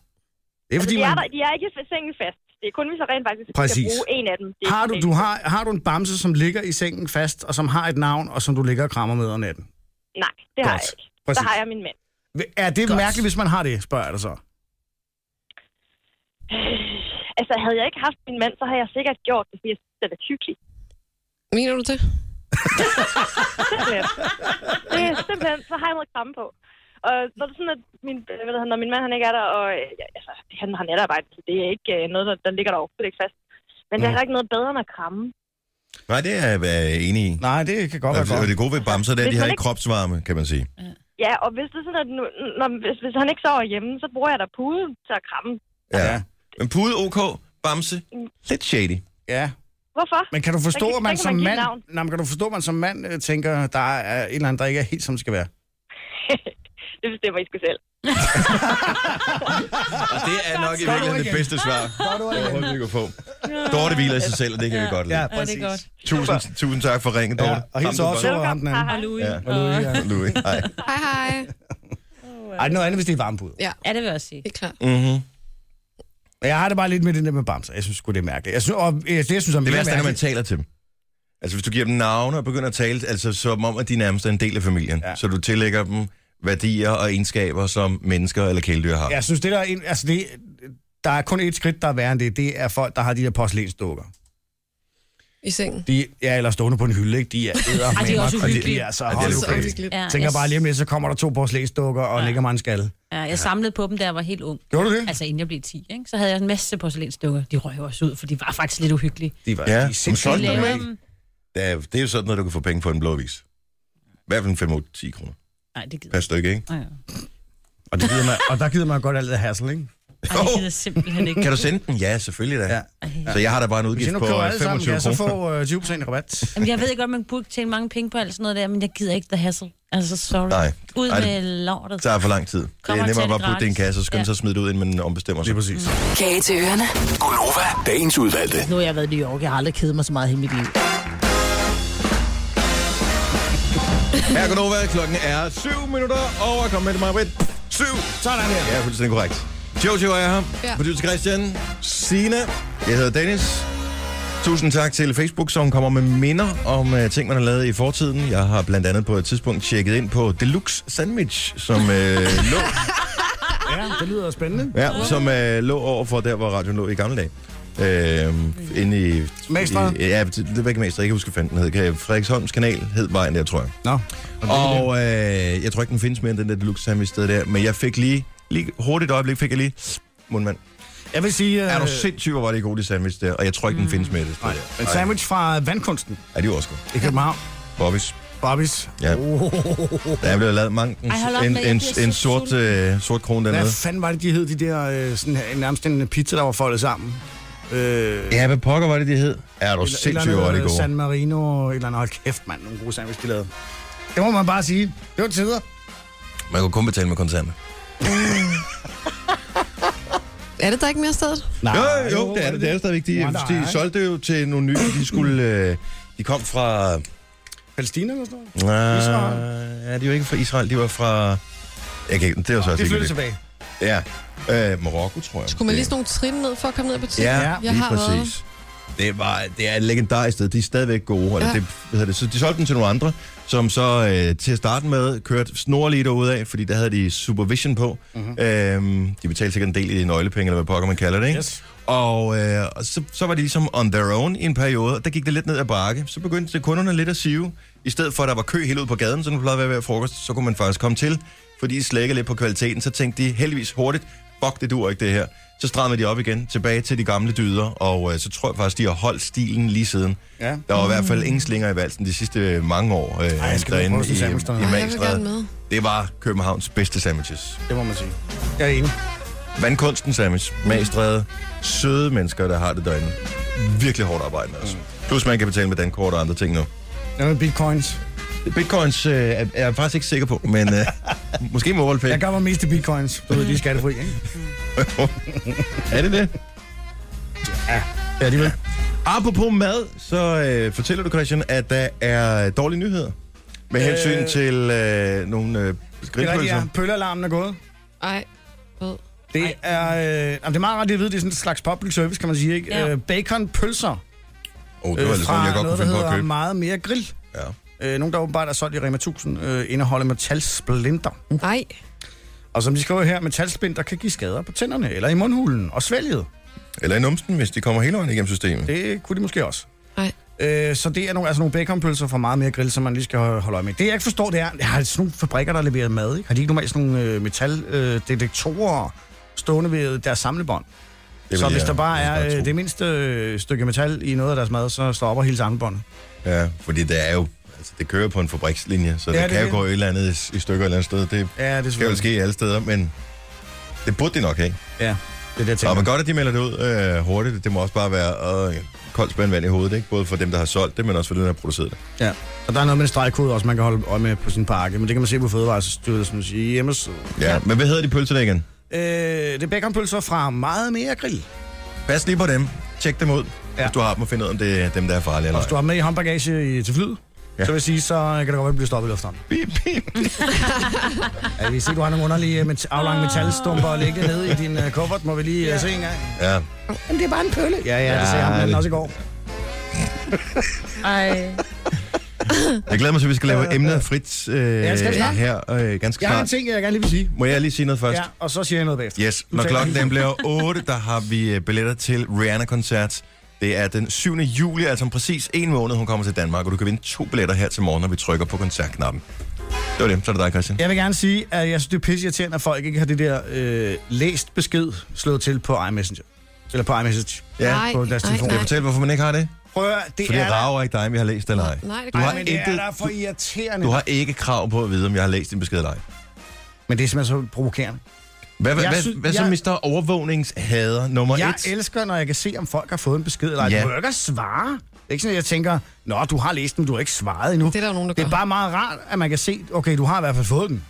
Speaker 8: Altså,
Speaker 3: fordi,
Speaker 8: de, er der,
Speaker 3: man,
Speaker 8: de er ikke i sengen fast. Det er kun, hvis jeg rent faktisk
Speaker 3: Præcis.
Speaker 8: skal bruge en af dem. Det er
Speaker 3: har, du,
Speaker 8: ikke-
Speaker 3: du har, har du en bamse, som ligger i sengen fast, og som har et navn, og som du ligger og krammer med om natten?
Speaker 8: Nej, det har
Speaker 3: Godt.
Speaker 8: jeg ikke. Så
Speaker 3: Præcis.
Speaker 8: har jeg min mand.
Speaker 3: Er det Godt. mærkeligt, hvis man har det, spørger jeg dig så?
Speaker 8: Altså, havde jeg ikke haft min mand, så havde jeg sikkert gjort det, fordi jeg synes, det er hyggeligt.
Speaker 2: Mener du det?
Speaker 8: simpelthen. Det er simpelthen, så har jeg noget kramme på. Og så er det sådan, at min, øh, hvad hedder han, når min mand han ikke er der, og øh, ja, altså, han har netarbejde, så det er ikke øh, noget, der, der ligger der overhovedet ikke fast. Men der er ikke noget bedre end at kramme.
Speaker 5: Nej, det er jeg øh, enig i.
Speaker 3: Nej, det kan godt være
Speaker 5: Og
Speaker 3: godt.
Speaker 5: det gode ved bamser, det er, at de
Speaker 8: Hvis man
Speaker 5: har ikke
Speaker 8: ikke-
Speaker 5: kropsvarme, kan man sige.
Speaker 8: Ja, og hvis det er sådan, at nu, når, hvis, hvis han ikke sover hjemme, så bruger jeg da puden til at kramme.
Speaker 5: Ja. Men pude OK, bamse, lidt shady.
Speaker 3: Ja.
Speaker 8: Hvorfor?
Speaker 3: Men kan du forstå,
Speaker 8: Den kan-
Speaker 3: at man
Speaker 8: den kan
Speaker 3: som
Speaker 8: man give
Speaker 3: mand,
Speaker 8: navn.
Speaker 3: nej, men kan du forstå, at man som mand øh, tænker, der er et eller andet, der ikke er helt, som det skal være?
Speaker 8: det bestemmer I sgu selv.
Speaker 5: Og Altså, det er nok i
Speaker 3: Står du
Speaker 5: virkeligheden det
Speaker 3: igen?
Speaker 5: bedste svar, overhovedet vi kan få. Dorte hviler i sig selv, og det kan vi godt lide.
Speaker 4: Ja, det er godt.
Speaker 5: Tusind, tusind tak for ringen, Dorte.
Speaker 3: Ja, og helt så
Speaker 5: Ham, du
Speaker 3: også
Speaker 5: bare-
Speaker 3: over ham den anden.
Speaker 4: Og Louis.
Speaker 5: Ja.
Speaker 4: Ja.
Speaker 3: Og Louis, ja.
Speaker 5: Louis, hej.
Speaker 2: Hej, hej.
Speaker 3: Ej, det er noget andet, hvis det er varmepude.
Speaker 4: ja, det vil jeg også sige.
Speaker 2: Helt klart.
Speaker 5: Mm-hmm.
Speaker 3: Men Jeg har det bare lidt med det der med bamser. Jeg synes sgu, det er mærkeligt. Jeg synes, og, øh, det, jeg synes, er
Speaker 5: Det
Speaker 3: mere
Speaker 5: værste er, når man
Speaker 3: mærkeligt.
Speaker 5: taler til dem. Altså, hvis du giver dem navne og begynder at tale, altså som om, at de nærmest er en del af familien, ja.
Speaker 3: Ja.
Speaker 5: så du tillægger dem værdier og egenskaber, som mennesker eller kæledyr har. Ja.
Speaker 3: Jeg synes, det der er en, altså det, der er kun et skridt, der er værre end det. Det er folk, der har de der porcelænsdukker.
Speaker 2: I sengen.
Speaker 3: De ja, eller stående på en hylde, ikke? De er æder,
Speaker 4: Ej, de er også
Speaker 3: de,
Speaker 4: uhyggelige.
Speaker 3: er så
Speaker 5: Ej, det er
Speaker 3: hold
Speaker 5: så
Speaker 3: nu kæft.
Speaker 2: uhyggeligt.
Speaker 4: Ja,
Speaker 3: Tænker
Speaker 4: jeg-
Speaker 3: bare lige om lidt, så kommer der to porcelænsdukker og ja. lægger mig en skalle.
Speaker 4: Ja, jeg samlede på dem, da jeg var helt ung.
Speaker 3: Gjorde du det?
Speaker 4: Altså, inden jeg blev 10, ikke? så havde jeg en masse porcelænsdukker. De røg jo også ud, for de var faktisk lidt uhyggelige. Øhm,
Speaker 3: De var
Speaker 5: Ja,
Speaker 3: de er
Speaker 5: hun
Speaker 3: sindssygt
Speaker 5: solgte
Speaker 3: dyre,
Speaker 5: dem,
Speaker 3: ikke?
Speaker 4: dem.
Speaker 5: Det, er, det er jo sådan noget, du kan få penge for en blåvis. I hvert fald en 5 8, 10 kroner.
Speaker 4: Nej, det gider jeg
Speaker 5: Per stykke, ikke?
Speaker 4: ikke. Ej, ja.
Speaker 3: Og, det gider man, og der gider man godt alt det hassle, ikke?
Speaker 4: Ej, det gider jeg simpelthen ikke.
Speaker 5: Kan du sende den? Ja, selvfølgelig da.
Speaker 3: Ja.
Speaker 5: Ja. Så jeg har da bare en
Speaker 3: Hvis
Speaker 5: udgift
Speaker 3: jeg nu
Speaker 5: på
Speaker 3: køber
Speaker 5: øh,
Speaker 3: alle sammen, kan
Speaker 5: 25
Speaker 3: jeg så
Speaker 5: kroner.
Speaker 3: få øh, 20% rabat.
Speaker 4: Jamen, jeg ved godt, man burde tjene mange penge på alt sådan noget der, men jeg gider ikke the hassle. Altså, sorry.
Speaker 5: Nej.
Speaker 4: Ud
Speaker 5: Ej, det-
Speaker 4: med lortet.
Speaker 5: Det tager for lang tid. Det
Speaker 4: Kommer
Speaker 5: er nemmere
Speaker 4: til
Speaker 5: bare
Speaker 4: det
Speaker 5: at putte det i en
Speaker 4: gratis.
Speaker 5: kasse, og skynde
Speaker 4: Ja.
Speaker 5: sig at smide det ud, inden man ombestemmer sig.
Speaker 3: præcis.
Speaker 7: Kage til ørerne.
Speaker 9: Gunova, dagens udvalgte.
Speaker 10: Nu har jeg været i New York. Jeg har aldrig kedet mig så meget i hele mit liv.
Speaker 5: Her går Nova. Klokken er 7 minutter over. Kom med til mig, Britt. 7. Sådan her. Ja, fuldstændig korrekt. Jojo er her. Ja.
Speaker 2: Ja.
Speaker 5: Producer Christian. Sina. Jeg hedder Dennis. Tusind tak til Facebook, som kommer med minder om uh, ting, man har lavet i fortiden. Jeg har blandt andet på et tidspunkt tjekket ind på Deluxe Sandwich, som uh, lå,
Speaker 3: Ja, det lyder spændende.
Speaker 5: ja, som, uh, lå over for der, hvor radioen lå i gamle dage. Øh, inde i...
Speaker 3: Magstræde?
Speaker 5: i ja, det det var ikke Mester, jeg kan huske, hvad fanden den hed. Kan- Frederiksholms kanal hed vejen der, tror jeg.
Speaker 3: Nå.
Speaker 5: Og øh, jeg tror ikke, den findes mere end den der deluxe sandwich sted der. Men jeg fik lige, lige hurtigt øjeblik, fik jeg lige... Mundmand.
Speaker 3: Jeg vil sige...
Speaker 5: Er du
Speaker 3: Øh,
Speaker 5: sindssyg, hvor var det gode de sandwich der? Og jeg tror ikke, den findes mere det sted
Speaker 3: nej,
Speaker 5: der.
Speaker 3: en sandwich fra vandkunsten
Speaker 5: Ja, det var også godt.
Speaker 3: i København.
Speaker 5: Bobby's.
Speaker 3: Bobby's. Oh.
Speaker 5: Ja. Der er blevet lavet mange en,
Speaker 4: Ej, hold op
Speaker 5: en,
Speaker 4: med, jeg
Speaker 5: en,
Speaker 4: bliver
Speaker 5: en
Speaker 4: så
Speaker 5: sort,
Speaker 4: sulten.
Speaker 5: øh, sort krone
Speaker 3: Hvad
Speaker 5: dernede.
Speaker 3: fanden var det, de hed, de der øh, sådan, her- nærmest en pizza, der var foldet sammen? Øh,
Speaker 5: Ja, hvad pokker var det, de hed? Er du
Speaker 3: et eller
Speaker 5: sindssyg, hvor er det
Speaker 3: andet, øh, San
Speaker 5: gode?
Speaker 3: Marino, et eller andet. Hold kæft, mand, nogle gode sandwich, de lavede. Det må man bare sige. Det var tider.
Speaker 5: Man kunne kun betale med kontanter.
Speaker 2: Er det der ikke mere stedet?
Speaker 3: Nej,
Speaker 5: Jo, Ah, jo, det er det. Det er det stadigvæk. De,
Speaker 3: Nej, nej.
Speaker 5: de solgte det jo til nogle nye. De skulle... Øh, de kom fra...
Speaker 3: Palæstina eller sådan
Speaker 5: Nej,
Speaker 3: noget? Israel.
Speaker 5: Ja, de var ikke fra Israel. De var fra... Jeg kan, ikke- det var så også
Speaker 3: De
Speaker 5: ikke
Speaker 3: flyttede
Speaker 5: det.
Speaker 3: tilbage.
Speaker 5: Ja. Øh, Marokko, tror jeg.
Speaker 2: Skulle man lige sådan nogle trin ned for at komme ned i butikken?
Speaker 5: Ja,
Speaker 3: Ja,
Speaker 5: ja
Speaker 2: jeg
Speaker 5: lige
Speaker 2: har
Speaker 5: præcis. Det, var, det er et legendarisk sted. De er stadigvæk gode. Ja.
Speaker 2: Ja.
Speaker 5: Det, hvad hedder det, så de solgte dem til nogle andre, som så øh, til at starte med kørte snorlige derudad, fordi der havde de supervision på. Mm-hmm. Øhm, de betalte sikkert en del i nøglepenge, eller hvad pokker man kalder det, ikke?
Speaker 3: Yes.
Speaker 5: Og, øh, og så, så var de ligesom on their own i en periode, og der gik det lidt ned ad bakke. Så begyndte kunderne lidt at sive. I stedet for, at der var kø helt ud på gaden, som det plejede at være ved frokost, så kunne man faktisk komme til, fordi de slækkede lidt på kvaliteten. Så tænkte de heldigvis hurtigt, fuck det dur ikke det her. Så strammede de op igen, tilbage til de gamle dyder, og øh, så tror jeg faktisk, de har holdt stilen lige siden.
Speaker 3: Ja.
Speaker 5: Der var i hvert fald ingen slinger i valsen de sidste øh, mange år øh,
Speaker 3: jeg skal prøve
Speaker 5: derinde
Speaker 3: sådan en
Speaker 5: i,
Speaker 3: sandwich dernede.
Speaker 5: i
Speaker 3: Ej,
Speaker 2: jeg vil gerne
Speaker 5: Magstræde.
Speaker 2: med.
Speaker 5: Det var Københavns bedste sandwiches.
Speaker 3: Det må man sige. Jeg er enig.
Speaker 5: Vandkunsten, Samis. Magstræde. Søde mennesker, der har det derinde. Virkelig hårdt arbejde altså.
Speaker 3: Mm.
Speaker 5: Plus man kan betale med dankort og andre ting nu.
Speaker 3: Jeg med bitcoins.
Speaker 5: Bitcoins øh, er, er jeg faktisk ikke sikker på, men øh, måske mobile
Speaker 3: Jeg
Speaker 5: pay.
Speaker 3: gør mig mest til bitcoins. Du ved, de er skattefri, ikke?
Speaker 5: er det det?
Speaker 3: Ja, de vil.
Speaker 5: Apropos mad, så øh, fortæller du, Christian, at der er dårlige nyheder. Med hensyn
Speaker 3: Øh.
Speaker 5: til øh, nogle øh,
Speaker 3: Det er rigtigt,
Speaker 5: grillpølser.
Speaker 3: ja. Pøllealarmen er gået.
Speaker 2: Ej, ved.
Speaker 3: Det er, øh, jamen, det er meget rart, at vide, det er sådan en slags public service, kan man sige, ikke?
Speaker 4: Ja.
Speaker 3: Øh, baconpølser
Speaker 5: Åh, oh, det
Speaker 3: øh,
Speaker 5: var lidt sådan,
Speaker 3: fra
Speaker 5: jeg godt kunne
Speaker 3: noget, der
Speaker 5: finde på at
Speaker 3: hedder
Speaker 5: købe.
Speaker 3: meget mere grill.
Speaker 5: Ja.
Speaker 3: Øh, nogle, der åbenbart er solgt i Rema 1000, øh, indeholder metalsplinter.
Speaker 2: Nej.
Speaker 3: Og som de skriver her, metalsplinter kan give skader på tænderne, eller i mundhulen og svælget.
Speaker 5: Eller i numsen, hvis de kommer hele vejen igennem systemet.
Speaker 3: Det kunne de måske også.
Speaker 2: Nej.
Speaker 3: Øh, så det er nogle, altså nogle baconpølser fra meget mere grill, som man lige skal ho- holde øje med. Det jeg ikke forstår, det er, jeg har sådan nogle fabrikker, der leverer mad, ikke? Har de ikke normalt sådan nogle øh, metaldetektorer øh, stående ved deres samlebånd?
Speaker 5: Det
Speaker 3: så
Speaker 5: vil
Speaker 3: hvis
Speaker 5: jeg-
Speaker 3: der bare
Speaker 5: jeg
Speaker 3: er
Speaker 5: godt tro.
Speaker 3: øh, det mindste øh, stykke metal i noget af deres mad, så stopper hele samlebåndet.
Speaker 5: Ja, fordi det er jo... Altså, det kører på en fabrikslinje, så
Speaker 3: Ja,
Speaker 5: ja, det,
Speaker 3: det
Speaker 5: kan
Speaker 3: er
Speaker 5: jo gå et eller andet i- i stykker et eller andet sted. Det
Speaker 3: Ja, det er
Speaker 5: skal jo
Speaker 3: selvfølgelig.
Speaker 5: ske alle steder, men det burde de nok have.
Speaker 3: Ja, det er det, jeg
Speaker 5: Og
Speaker 3: tænker.
Speaker 5: men godt, at de melder det ud øh, hurtigt. Det må også bare være øh, koldt spændvand i hovedet, ikke? Både for dem, der har solgt det, men også for dem, der har produceret det.
Speaker 3: Ja. Og der er noget med en stregkode også, man kan holde øje med på sin pakke, men det kan man se på Fødevarestyrelsens hjemmeside.
Speaker 5: Ja, men hvad hedder de pølser der igen?
Speaker 3: Øh, det er baconpølser fra meget mere grill.
Speaker 5: Pas lige på dem. Tjek dem ud, ja.
Speaker 3: Ja.
Speaker 5: hvis du har dem og find ud, om det er dem, der er farlige eller
Speaker 3: Og hvis du har med i håndbagage i, til flyet,
Speaker 5: Ja.
Speaker 3: ja. så vil jeg sige, så kan det godt være, at du bliver stoppet i lufthavnen.
Speaker 5: Bip, bip.
Speaker 3: Ja, vi ser, du har nogle underlige met-
Speaker 5: Ah.
Speaker 3: aflange metalstumper ligge nede i din uh, kuffert. Må vi lige uh, se en gang?
Speaker 5: Ja.
Speaker 3: Jamen, det er bare en pølle. Ja, ja, det sagde
Speaker 5: Ja,
Speaker 3: ham manden
Speaker 5: det-
Speaker 3: også i går.
Speaker 4: Ej.
Speaker 5: Jeg glæder mig til, at vi skal lave emnet frit øh,
Speaker 3: Ja, det skal vi snart.
Speaker 5: her øh, ganske
Speaker 3: Jeg har en
Speaker 5: snart.
Speaker 3: ting, jeg gerne lige vil sige.
Speaker 5: Må jeg lige sige noget først?
Speaker 3: Ja, og så siger jeg noget bagefter.
Speaker 5: Yes,
Speaker 3: Du
Speaker 5: når
Speaker 3: taler
Speaker 5: klokken
Speaker 3: lige.
Speaker 5: den bliver 8, der har vi øh, billetter til Rihanna-koncert. Det er den 7. juli, altså om præcis en måned, hun kommer til Danmark, og du kan vinde to billetter her til morgen, når vi trykker på koncertknappen. Det var det. Så er det dig, Christian.
Speaker 3: Jeg vil gerne sige, at jeg synes, det er pisse irriterende, at folk ikke har det der øh, læst besked slået til på iMessenger. Eller på iMessage.
Speaker 5: Ja,
Speaker 2: nej,
Speaker 3: på deres telefon.
Speaker 5: Kan jeg
Speaker 2: nej, nej.
Speaker 5: fortælle, hvorfor man ikke har det?
Speaker 3: Prøv at høre, det
Speaker 5: Fordi
Speaker 3: er
Speaker 5: jeg rager ikke dig, om jeg har læst det eller ej.
Speaker 2: Nej, det
Speaker 5: Du
Speaker 2: kan
Speaker 5: har
Speaker 3: der,
Speaker 2: jeg
Speaker 3: men
Speaker 2: ikke.
Speaker 3: det er
Speaker 5: intet-
Speaker 3: der for irriterende.
Speaker 5: Du har ikke krav på at vide, om jeg har læst din besked eller ej.
Speaker 3: Men det er simpelthen så provokerende.
Speaker 5: Hvad, hvad,
Speaker 3: Jeg
Speaker 5: hvad,
Speaker 3: synes-
Speaker 5: hvad så
Speaker 3: jeg-
Speaker 5: mister overvågningshader nummer
Speaker 3: Jeg
Speaker 5: 1?
Speaker 3: elsker, når jeg kan se, om folk har fået en besked eller ej.
Speaker 5: Ja.
Speaker 3: Ja. Du ikke at svare. Det er ikke sådan, at jeg tænker, nå, du har læst den, du har ikke svaret endnu.
Speaker 2: Det er der jo nogen, der
Speaker 3: Det er
Speaker 2: gør.
Speaker 3: bare meget rart, at man kan se, okay, du har i hvert fald fået den.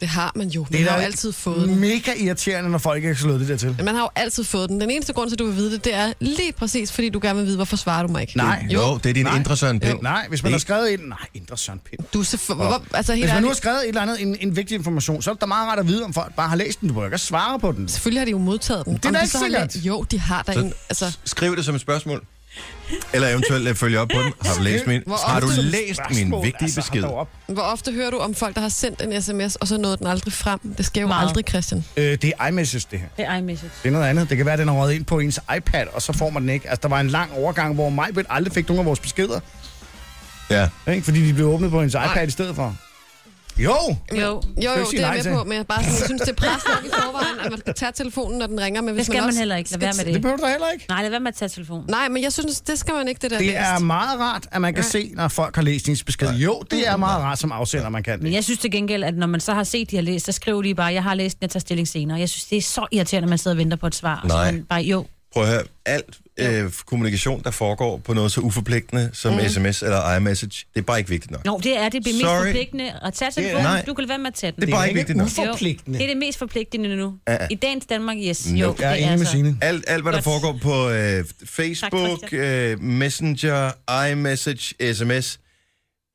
Speaker 2: Det har man jo. Man
Speaker 3: Det er
Speaker 2: har
Speaker 3: da
Speaker 2: jo altid fået den.
Speaker 3: mega irriterende, når folk ikke har slået det der til.
Speaker 2: Men Man har jo altid fået den. Den eneste grund til, at du vil vide det, det er lige præcis, fordi du gerne vil vide, hvorfor svarer du mig ikke.
Speaker 3: Nej.
Speaker 2: Jo,
Speaker 5: Jo, det er din
Speaker 3: Nej.
Speaker 5: indre Søren Pind.
Speaker 3: Nej, hvis man har skrevet ind... Nej, indre Søren Pind.
Speaker 2: du er selvfø- hvor, altså helt
Speaker 3: Hvis man nu har
Speaker 2: ærligt,
Speaker 3: skrevet et eller andet, en, en vigtig information, så er det da meget rart at vide, om folk bare har læst den. Du behøver ikke at svare på den.
Speaker 2: selvfølgelig har de jo modtaget den.
Speaker 3: Det er
Speaker 2: Om
Speaker 3: da
Speaker 2: de
Speaker 3: ikke
Speaker 2: så har
Speaker 3: sikkert.
Speaker 2: læst- Jo, de har der en... Altså,
Speaker 5: Skriv det som et spørgsmål. Eller eventuelt øh, følge op på den. Har du læst min,
Speaker 2: Hvor
Speaker 5: har du
Speaker 2: ofte-
Speaker 5: læst min
Speaker 2: Spørgsmål,
Speaker 5: vigtige
Speaker 2: altså,
Speaker 5: besked?
Speaker 2: Hvor ofte hører du om folk, der har sendt en sms, og så nåede den aldrig frem? Det sker jo
Speaker 4: Meget.
Speaker 2: aldrig, Christian.
Speaker 3: Øh, det er iMessage, det her.
Speaker 4: Det er iMessage.
Speaker 3: Det er noget andet. Det kan være, at den har røget ind på ens iPad, og så får man den ikke. Altså, der var en lang overgang, hvor Majbet aldrig fik nogen af vores beskeder.
Speaker 5: Ja.
Speaker 3: Ikke? Fordi de blev åbnet på ens iPad i stedet for. Jo!
Speaker 2: Jo, jo,
Speaker 3: ikke
Speaker 2: jo
Speaker 3: sige
Speaker 2: det er
Speaker 3: nej
Speaker 2: jeg
Speaker 3: til.
Speaker 2: med på, men jeg, bare sådan, jeg synes, det er pres nok i forvejen, at man skal tage telefonen, når den ringer. Men hvis
Speaker 4: Det skal man,
Speaker 2: også
Speaker 4: heller ikke. Lad
Speaker 2: skal
Speaker 4: være med
Speaker 2: t-
Speaker 4: det.
Speaker 3: behøver du da heller ikke.
Speaker 4: Nej, lad være med at tage telefonen.
Speaker 2: Nej, men jeg synes, det skal man ikke, det der
Speaker 3: Det
Speaker 2: læst.
Speaker 3: er meget rart, at man kan se, når folk har læst ens besked. Jo, det er meget rart som afsender, man kan
Speaker 4: Men
Speaker 3: det.
Speaker 4: jeg synes til gengæld, at når man så har set, de har læst, så skriver de bare, jeg har læst den, jeg tager stilling senere. Jeg synes, det er så irriterende, at man sidder og venter på et svar. Og så
Speaker 5: Nej.
Speaker 4: man bare, jo,
Speaker 5: Prøv at høre, alt øh, kommunikation, der foregår på noget så uforpligtende som mm. sms eller iMessage, det er bare ikke vigtigt nok.
Speaker 4: Nå, det er det, det mest
Speaker 5: Sorry.
Speaker 4: forpligtende at tage telefonen.
Speaker 5: Det er- nej.
Speaker 4: Du kan lade være med at tage den.
Speaker 5: Det er bare ikke vigtigt nok.
Speaker 4: Jo, Det er det mest forpligtende nu.
Speaker 5: Ja, ja.
Speaker 4: I dagens Danmark, yes.
Speaker 5: Nope.
Speaker 4: Jo,
Speaker 5: Jeg
Speaker 4: det
Speaker 3: Jeg er enig med
Speaker 4: så-
Speaker 3: Signe.
Speaker 5: Alt, alt hvad der
Speaker 4: Godt.
Speaker 5: foregår på øh, Facebook,
Speaker 4: Tak,
Speaker 5: øh, Messenger, iMessage, sms,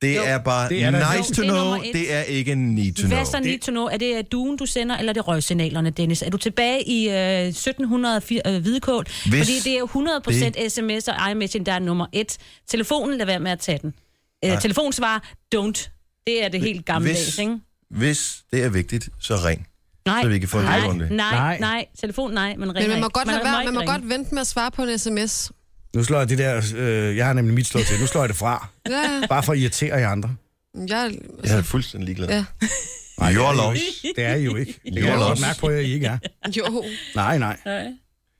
Speaker 5: det
Speaker 4: Jo.
Speaker 5: er bare
Speaker 3: Det er der.
Speaker 5: nice
Speaker 4: Jo,
Speaker 5: to
Speaker 4: det er
Speaker 5: know,
Speaker 4: nummer et.
Speaker 5: det er ikke need to
Speaker 4: Hvad
Speaker 5: know.
Speaker 4: er så need to know? Er det øh, duen, du sender, eller er det røgsignalerne, Dennis? Er du tilbage i øh, 1700 øh, hvidkål?
Speaker 5: Hvis
Speaker 4: Fordi det er 100% sms og iMessage, der er nummer et. Telefonen, lad være med at tage den. Øh, telefonsvar, don't. Det er det helt gamle
Speaker 5: hvis-
Speaker 4: dags, ikke?
Speaker 5: Hvis det er vigtigt, så ring.
Speaker 4: Nej,
Speaker 5: Så vi kan få en
Speaker 4: nej,
Speaker 5: lille runde.
Speaker 4: nej,
Speaker 3: Nej.
Speaker 4: nej, nej. Telefon, nej, man ringer
Speaker 2: Men man må
Speaker 4: ikke.
Speaker 2: godt lade være, man må
Speaker 4: ikke
Speaker 2: godt vente med at svare på en sms.
Speaker 3: Nu slår jeg det der... Øh, jeg har nemlig mit slået til. Nu slår jeg det fra.
Speaker 2: Ja, ja.
Speaker 3: Bare for at irritere jer andre.
Speaker 2: jeg,
Speaker 5: Jeg er fuldstændig ligeglad.
Speaker 2: Ja.
Speaker 5: Nej, Your
Speaker 3: det er I jo
Speaker 5: loss.
Speaker 3: ikke. Det er I jo ikke. Det kan
Speaker 5: Your
Speaker 3: jeg godt
Speaker 5: loss.
Speaker 3: mærke på, at I ikke er.
Speaker 2: jo,
Speaker 3: Nej, nej.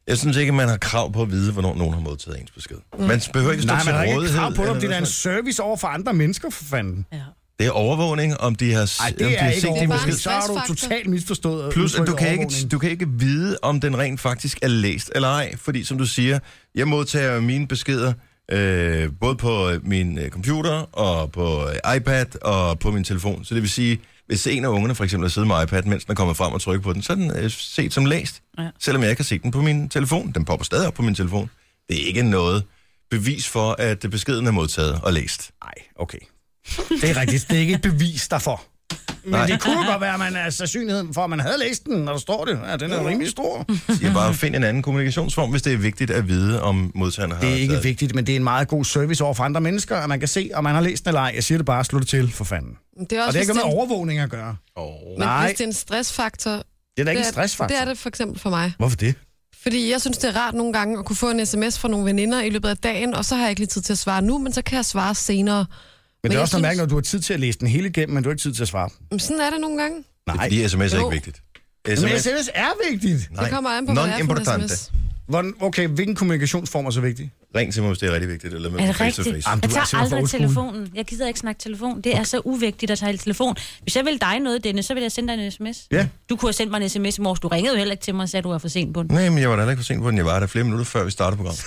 Speaker 5: Jeg synes ikke, man har krav på at vide, hvornår nogen har modtaget ens besked. Man behøver ikke stå
Speaker 3: Nej,
Speaker 5: til
Speaker 3: man har
Speaker 5: rådighed.
Speaker 3: ikke krav på
Speaker 5: eller
Speaker 3: det, om det er
Speaker 5: noget
Speaker 3: en
Speaker 5: sådan
Speaker 3: service over for andre mennesker, for fanden.
Speaker 4: ringe. Ja.
Speaker 5: noget. det er overvågning, om de har,
Speaker 3: Nej,
Speaker 5: om de
Speaker 3: det er
Speaker 5: har
Speaker 3: ikke
Speaker 5: set
Speaker 2: Det
Speaker 5: din
Speaker 2: er bare
Speaker 5: besked.
Speaker 2: en
Speaker 3: overvågning. Så har du
Speaker 2: stressfaktor.
Speaker 3: totalt misforstået
Speaker 5: Plus, at
Speaker 3: udtrykket
Speaker 5: du kan, ikke,
Speaker 3: overvågning.
Speaker 5: du kan ikke vide, om den rent faktisk er læst eller ej. Fordi som du siger, jeg modtager mine beskeder øh, både på øh, min øh, computer og på øh, iPad og på min telefon. Så det vil sige, hvis en af ungerne for eksempel har siddet med iPad, mens den er kommet frem og trykket på den, så er den øh, set som læst. Ja.
Speaker 4: Ja.
Speaker 5: Selvom jeg ikke har set den på min telefon. Den popper stadig op på min telefon. Det er ikke noget bevis for, at øh, beskeden er modtaget og læst.
Speaker 3: Nej, okay. Det er rigtigt. Det er ikke et bevis derfor. Men
Speaker 5: Nej.
Speaker 3: Nej. det kunne godt være, at man er sandsynligheden for, at man havde læst den, når der står det. Ja, den er rimelig stor.
Speaker 5: Jeg bare find en anden kommunikationsform, hvis det er vigtigt at vide, om modtageren har
Speaker 3: Det er ikke
Speaker 5: taget-
Speaker 3: vigtigt, men det er en meget god service over for andre mennesker, at man kan se, om man har læst den eller ej. Jeg siger det bare, slå det til, for fanden.
Speaker 2: det er
Speaker 3: Og
Speaker 2: også,
Speaker 3: det har ikke
Speaker 2: hvis, det
Speaker 3: noget
Speaker 2: er,
Speaker 3: med overvågning at gøre.
Speaker 5: Åh,
Speaker 2: en- men
Speaker 3: Nej,
Speaker 2: hvis det er en stressfaktor,
Speaker 3: det er da ikke en
Speaker 2: det er,
Speaker 3: stressfaktor.
Speaker 2: det er det for eksempel for mig.
Speaker 3: Hvorfor det?
Speaker 2: Fordi jeg synes, det er rart nogle gange at kunne få en sms fra nogle veninder i løbet af dagen, og så har jeg ikke lige tid til at svare nu, men så kan jeg svare senere.
Speaker 3: Men, det
Speaker 2: jeg
Speaker 3: er også noget mærkeligt,
Speaker 2: synes-
Speaker 3: når du har tid til at læse den hele igennem, men du har ikke tid til at svare.
Speaker 2: Men sådan er det nogle gange.
Speaker 5: Det er
Speaker 3: Nej.
Speaker 5: fordi sms er
Speaker 2: Jo.
Speaker 5: ikke vigtigt. SMS,
Speaker 3: Men SMS er vigtigt.
Speaker 5: nej.
Speaker 2: Det kommer an på, hvad det er for en sms.
Speaker 3: Hvordan, okay, hvilken kommunikationsform er så vigtig?
Speaker 5: Ring til mig, hvis det er rigtig vigtigt. Eller med
Speaker 4: Er
Speaker 5: på
Speaker 4: det
Speaker 5: face to
Speaker 4: rigtigt?
Speaker 5: face.
Speaker 3: Jamen, du
Speaker 4: Jeg
Speaker 3: er
Speaker 4: tager
Speaker 3: simpelthen for
Speaker 4: aldrig
Speaker 3: old school.
Speaker 4: telefonen. Jeg gider ikke snakke telefon. Det er så uvigtigt at tage telefon. Hvis jeg vil dig noget, Dennis, så vil jeg sende dig en sms.
Speaker 3: Ja.
Speaker 4: Du kunne have sendt mig en sms i morges. Du ringede jo heller ikke til mig og sagde, at du var for sent på den.
Speaker 5: Nej, men jeg var da heller ikke for sent på den. Jeg var der flere minutter, før vi startede programmet.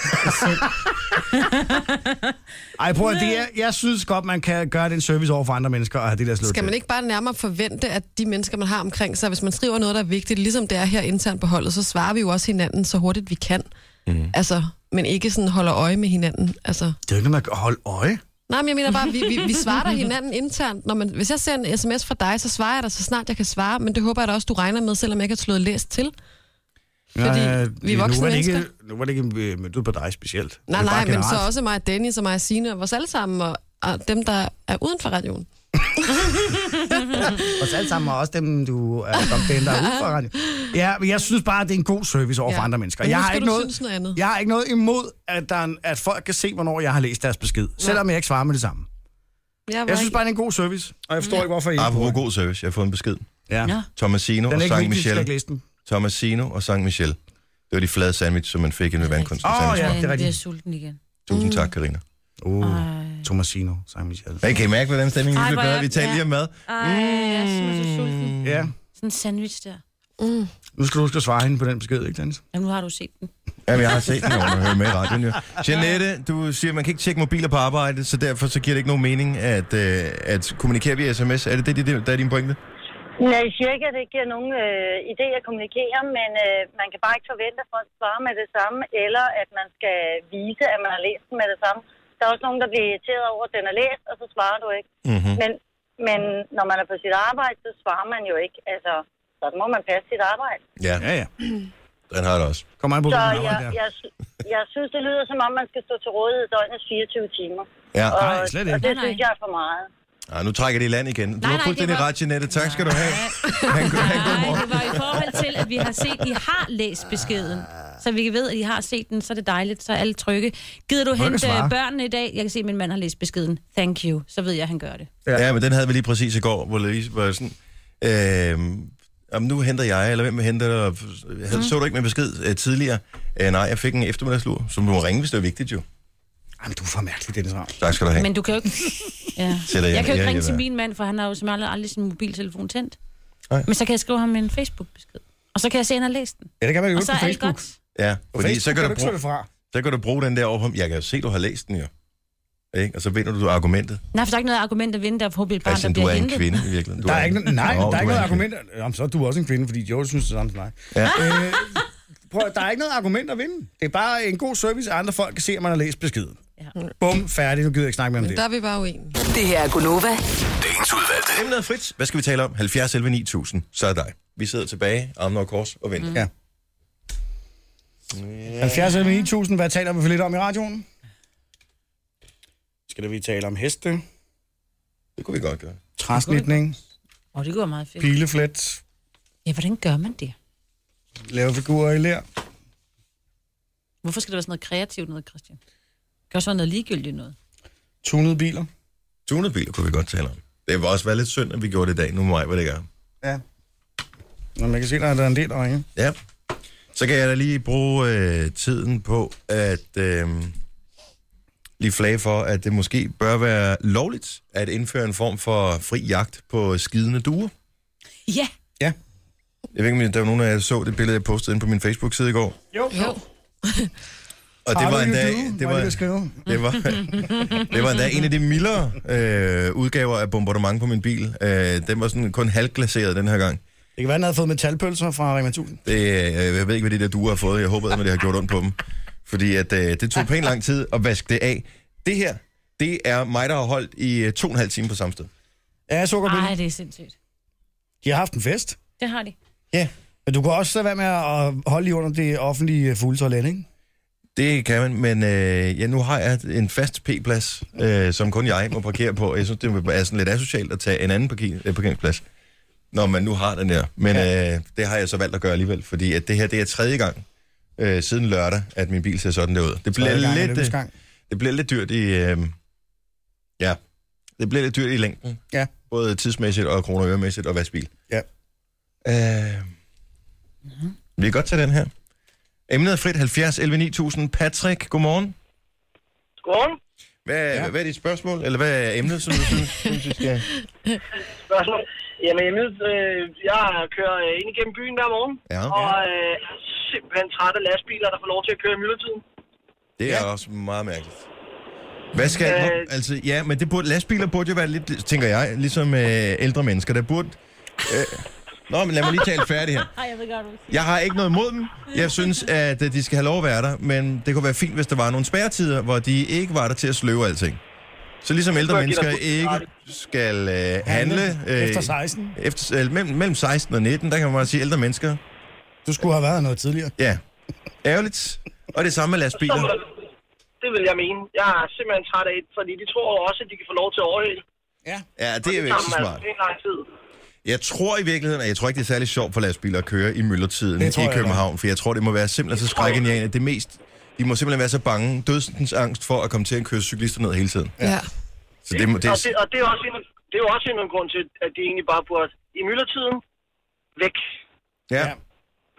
Speaker 3: Ej, prøv at det er, jeg synes godt, man kan gøre den service over for andre mennesker og have det der slået
Speaker 2: Skal man
Speaker 3: til.
Speaker 2: ikke bare nærmere forvente, at de mennesker, man har omkring sig, hvis man skriver noget, der er vigtigt, ligesom det er her internt på holdet, så svarer vi jo også hinanden så hurtigt vi kan. Mm. Altså, men ikke sådan holder øje med hinanden. Altså,
Speaker 3: Det er jo ikke noget, man kan holde øje.
Speaker 2: nej, men jeg mener bare, vi, vi, vi svarer dig hinanden internt. Når man, hvis jeg ser en sms fra dig, så svarer jeg dig så snart jeg kan svare, men det håber jeg da også, du regner med, selvom jeg ikke har slået læst til. Fordi vi er voksne
Speaker 3: øh, nu var det ikke,
Speaker 2: mennesker.
Speaker 3: Nu var det ikke øh, møntet på dig specielt.
Speaker 2: Nej,
Speaker 3: Det er bare
Speaker 2: nej, men så
Speaker 3: generelt.
Speaker 2: også mig, Dennis og mig, Signe og os alle sammen, og, og dem, der er uden for radioen.
Speaker 3: Os alle sammen, og også dem, du er som den, der er ude for radio. Ja, men jeg synes bare, at det er en god service over for
Speaker 2: Ja.
Speaker 3: andre mennesker.
Speaker 2: Men nu
Speaker 3: Jeg har,
Speaker 2: skal
Speaker 3: ikke
Speaker 2: du
Speaker 3: noget,
Speaker 2: synes noget andet.
Speaker 3: jeg har ikke noget imod, at, der er en, at folk kan se, hvornår jeg har læst deres besked. Selvom jeg ikke svarer med det samme.
Speaker 2: Jeg, var
Speaker 3: Jeg synes bare, det er en god service, og jeg forstår ikke, hvorfor I ikke bruger
Speaker 5: Apropos
Speaker 3: den.
Speaker 5: god service. Jeg har fået en besked.
Speaker 3: Ja.
Speaker 4: Nå.
Speaker 5: Thomasino
Speaker 3: Den
Speaker 5: og
Speaker 3: er ikke
Speaker 5: Sankt
Speaker 3: vigtig, vi skal
Speaker 5: Michel.
Speaker 3: ikke læse den.
Speaker 5: Thomasino og Sankt Michel. Det var de flade sandwich, som man fik inde ved vandkunsten.
Speaker 3: Åh,
Speaker 5: sandwich.
Speaker 3: ja, det er
Speaker 4: Ej, nu bliver
Speaker 3: rigtigt.
Speaker 4: jeg sulten igen.
Speaker 2: Mm.
Speaker 5: Tusind tak, Karina.
Speaker 3: Uh,
Speaker 4: Ej.
Speaker 3: Tomasino, Sankt Michel.
Speaker 5: Men kan I mærke, hvordan stemningen
Speaker 4: Ej,
Speaker 5: lige
Speaker 4: hvor
Speaker 5: blev bedre? Vi
Speaker 4: er-
Speaker 5: talte
Speaker 4: ja.
Speaker 5: lige om mad.
Speaker 4: Ej, jeg er simpelthen så sulten.
Speaker 3: Ja,
Speaker 4: Mm. Sådan en sandwich der.
Speaker 3: nu skal du huske at svare hende på den besked, ikke Dennis?
Speaker 4: Jamen, nu har du set den.
Speaker 5: Jamen, jeg har set den, når jeg hører med i radioen. Jo. Jeanette, du siger, at man kan ikke tjekke mobiler på arbejde, så derfor så giver det ikke nogen mening at, øh, at kommunikere via sms. Er det det, det, der er din pointe?
Speaker 8: Nej, jeg siger ikke, at det ikke giver nogen øh, idé at kommunikere, men øh, man kan bare ikke forvente, at folk svarer med det samme, eller at man skal vise, at man har læst den med det samme. Der er også nogen, der bliver irriteret over, at den er læst, og så svarer du ikke. Mm-hmm. Men, men når man er på sit arbejde, så svarer man jo ikke. Altså, så må man passe sit arbejde.
Speaker 5: Ja.
Speaker 3: Ja, ja.
Speaker 5: Den har jeg da også.
Speaker 3: Kom an på,
Speaker 11: Så
Speaker 3: hvem
Speaker 11: jeg,
Speaker 3: arbejder der.
Speaker 11: jeg, sy- jeg synes, det lyder som om, man skal stå til rådighed døgnets 24 timer.
Speaker 5: Ja.
Speaker 11: og,
Speaker 5: Nej, slet ikke.
Speaker 11: Og det synes jeg er for meget.
Speaker 5: Ej, nu trækker det i land igen. Du
Speaker 11: Nej,
Speaker 5: har
Speaker 11: nej,
Speaker 5: fuldstændig
Speaker 11: det var-
Speaker 5: ret, Jeanette. Tak skal du have.
Speaker 4: Nej, det var i forhold til, at vi har set, at I har læst beskeden. Så vi ved, at I har set den, så er det dejligt, så er alle trygge. Gider du
Speaker 5: Må jeg
Speaker 4: hente
Speaker 5: svare?
Speaker 4: børnene i dag? Jeg kan se, at min mand har læst beskeden. Thank you. Så ved jeg, at han gør det.
Speaker 5: Ja. ja, men den havde vi lige præcis i går, hvor Louise var sådan... Øh, om nu henter jeg, eller hvem henter dig? Mm. Så du ikke min besked øh, tidligere? Øh, nej, jeg fik en eftermiddagslur, som du må ringe, hvis det er vigtigt jo.
Speaker 3: Jamen, du er for mærkelig, Dennis Ravn.
Speaker 5: Tak skal du have.
Speaker 4: Men du kan jo ikke... Ja.
Speaker 5: Sætter jeg-
Speaker 4: jeg kan jo
Speaker 5: jeg-
Speaker 4: ikke ringe
Speaker 5: jeg-
Speaker 4: til min mand, for han har jo som aldrig, aldrig sin mobiltelefon tændt.
Speaker 5: Nej.
Speaker 4: Men så kan jeg skrive ham en Facebook-besked. Og så kan jeg se, at han har læst den.
Speaker 5: Ja, det kan man jo
Speaker 4: Og
Speaker 5: ikke
Speaker 4: så
Speaker 5: på
Speaker 4: er alt
Speaker 5: Facebook.
Speaker 4: godt.
Speaker 5: Ja, fordi
Speaker 3: Facebook
Speaker 5: så
Speaker 3: kan
Speaker 5: kan,
Speaker 3: du
Speaker 5: du
Speaker 3: ikke slå
Speaker 5: bruge,
Speaker 3: det fra.
Speaker 5: så kan du bruge den der over på, jeg kan jo se, du har læst den jo. Ikke? Og så vinder du argumentet.
Speaker 4: Nej, for der er ikke noget argument at vinde, der er forhåbentlig et barn,
Speaker 5: Christian,
Speaker 4: der
Speaker 5: du
Speaker 4: bliver
Speaker 5: er en
Speaker 4: hentet.
Speaker 5: kvinde i virkeligheden. Du
Speaker 3: Der er ikke, no- nej,
Speaker 5: Nå,
Speaker 3: der
Speaker 5: du
Speaker 3: er ikke noget
Speaker 5: en kvinde.
Speaker 3: argument. Jamen, så er du også en kvinde, fordi Joel synes det samme som dig.
Speaker 5: Ja.
Speaker 3: Øh, prøv, at- der er ikke noget argument at vinde. Det er bare en god service, at andre folk kan se, at man har læst beskeden. Ja. Bum, færdig. Nu gider jeg ikke snakke mere om
Speaker 2: Men
Speaker 3: det.
Speaker 2: der er vi bare uenige.
Speaker 7: Det her er Gunova.
Speaker 5: Dagens udvalgte. Emnet er frit. Hvad skal vi tale om? 70 11 9000. Så er dig. Vi sidder tilbage, armene og kors og venter. Mm.
Speaker 3: Ja. 70 eller 9000, hvad taler vi for lidt om i radioen? Skal det vi tale om heste,
Speaker 5: Det kunne vi godt gøre.
Speaker 3: træsnitning,
Speaker 4: Åh, det går meget fedt.
Speaker 3: pileflet,
Speaker 4: Ja, hvordan gør man det?
Speaker 3: lave figurer i lær?
Speaker 4: Hvorfor skal det være sådan noget kreativt noget, Christian? Gør så noget ligegyldigt noget.
Speaker 3: Tunede biler.
Speaker 5: Tunede biler kunne vi godt tale om. Det var også været lidt synd, at vi gjorde det i dag. Nu må jeg, hvad det gør.
Speaker 3: Ja. Nå, man kan se, der er der er en del øjne.
Speaker 5: Ja. Så kan jeg da lige bruge øh, tiden på at øh, lige flage for, at det måske bør være lovligt at indføre en form for fri jagt på skidende duer.
Speaker 4: Ja.
Speaker 3: Ja.
Speaker 5: Jeg ved ikke, om der var nogen af jer, der så det billede, jeg postede ind på min Facebook-side i går.
Speaker 3: Jo. jo.
Speaker 5: Og det
Speaker 3: How
Speaker 5: var
Speaker 3: do
Speaker 5: en
Speaker 3: you
Speaker 5: dag...
Speaker 3: do?
Speaker 5: Det
Speaker 3: Var
Speaker 5: var,
Speaker 3: det, jeg skrev?
Speaker 5: det var, det var en dag en af de mildere øh, udgaver af bombardement på min bil. Øh, den var sådan kun halvglaseret den her gang.
Speaker 3: Det kan være, den havde fået metalpølser fra Rema 1000.
Speaker 5: Det, øh, jeg ved ikke, hvad de der duer har fået. Jeg håber, at det har gjort ondt på dem. Fordi at, øh, det tog pænt lang tid at vaske det af. Det her, det er mig, der har holdt i øh, to og en halv time på samme sted.
Speaker 3: Ja, sukkerpille.
Speaker 4: Nej, det er sindssygt.
Speaker 3: De har haft en fest.
Speaker 4: Det har de.
Speaker 3: Ja. Men du kan også så være med at holde i under det offentlige øh, fulde toilet, ikke?
Speaker 5: Det kan man, men øh, ja, nu har jeg en fast P-plads, øh, som kun jeg må parkere på. Jeg synes, det er sådan lidt asocialt at tage en anden parker, øh, parkeringsplads, når man nu har den der. Men ja. øh, det har jeg så valgt at gøre alligevel, fordi at det her det er tredje gang øh, siden lørdag, at min bil ser sådan der ud. Det bliver,
Speaker 3: Tredje gang er
Speaker 5: lidt,
Speaker 3: lykkes
Speaker 5: øh,
Speaker 3: gang.
Speaker 5: det bliver lidt dyrt i... Øh, ja, det bliver lidt dyrt i længden.
Speaker 3: Ja.
Speaker 5: Både tidsmæssigt og kroner- og øremæssigt og vaskbil.
Speaker 3: Ja.
Speaker 5: Øh, vi kan godt tage den her. Emnet er frit 70 11 9000. Patrick, godmorgen.
Speaker 12: Godmorgen.
Speaker 5: Hvad, ja. hvad er dit spørgsmål, eller hvad er emnet, som du synes, synes vi skal...
Speaker 12: Spørgsmål. Jamen, jeg, ved, øh, jeg kører øh, ind igennem byen hver morgen,
Speaker 5: Ja.
Speaker 12: og øh, er simpelthen træt af lastbiler, der får lov til at køre i myldretiden.
Speaker 5: Det er ja. også meget mærkeligt. Hvad skal...
Speaker 12: Øh.
Speaker 5: Øh... Altså, ja, men det burde, lastbiler burde jo være lidt, tænker jeg, ligesom øh, ældre mennesker, der burde... Øh... Nå, men lad mig lige tale færdig her.
Speaker 4: Ej, jeg ved godt, du
Speaker 5: Jeg har ikke noget imod dem. Jeg synes, at øh, de skal have lov at være der, men det kunne være fint, hvis der var nogle spærretider, hvor de ikke var der til at sløve alting. Så ligesom ældre
Speaker 3: Jeg giver
Speaker 5: mennesker
Speaker 3: dig
Speaker 5: ikke skal øh, handle...
Speaker 3: Efter 16.
Speaker 5: Efter, øh, mellem, mellem 16 og 19, der kan man bare sige ældre mennesker.
Speaker 3: Du skulle have været noget tidligere.
Speaker 5: Ja. Ærgerligt. Og det samme med lastbiler.
Speaker 12: Det vil jeg mene. Jeg er simpelthen træt af det, fordi de tror jo også, at de kan få lov til at overhælde.
Speaker 5: Ja, det er jo ikke så smart.
Speaker 12: Det er lang tid.
Speaker 5: Jeg tror i virkeligheden, at jeg tror ikke, det er særlig sjovt for lastbiler at køre i myldretiden
Speaker 3: Det tror
Speaker 5: i
Speaker 3: jeg
Speaker 5: København, for jeg tror, det må være simpelthen så skrækkenjagende. Det mest, de må simpelthen være så bange, dødsens angst for at komme til at køre cyklister ned hele tiden.
Speaker 2: Ja.
Speaker 5: Så det, må, det,
Speaker 12: Og, det, og det, er også en, det er jo også en grund til, at de egentlig bare burde i myldretiden væk.
Speaker 5: ja.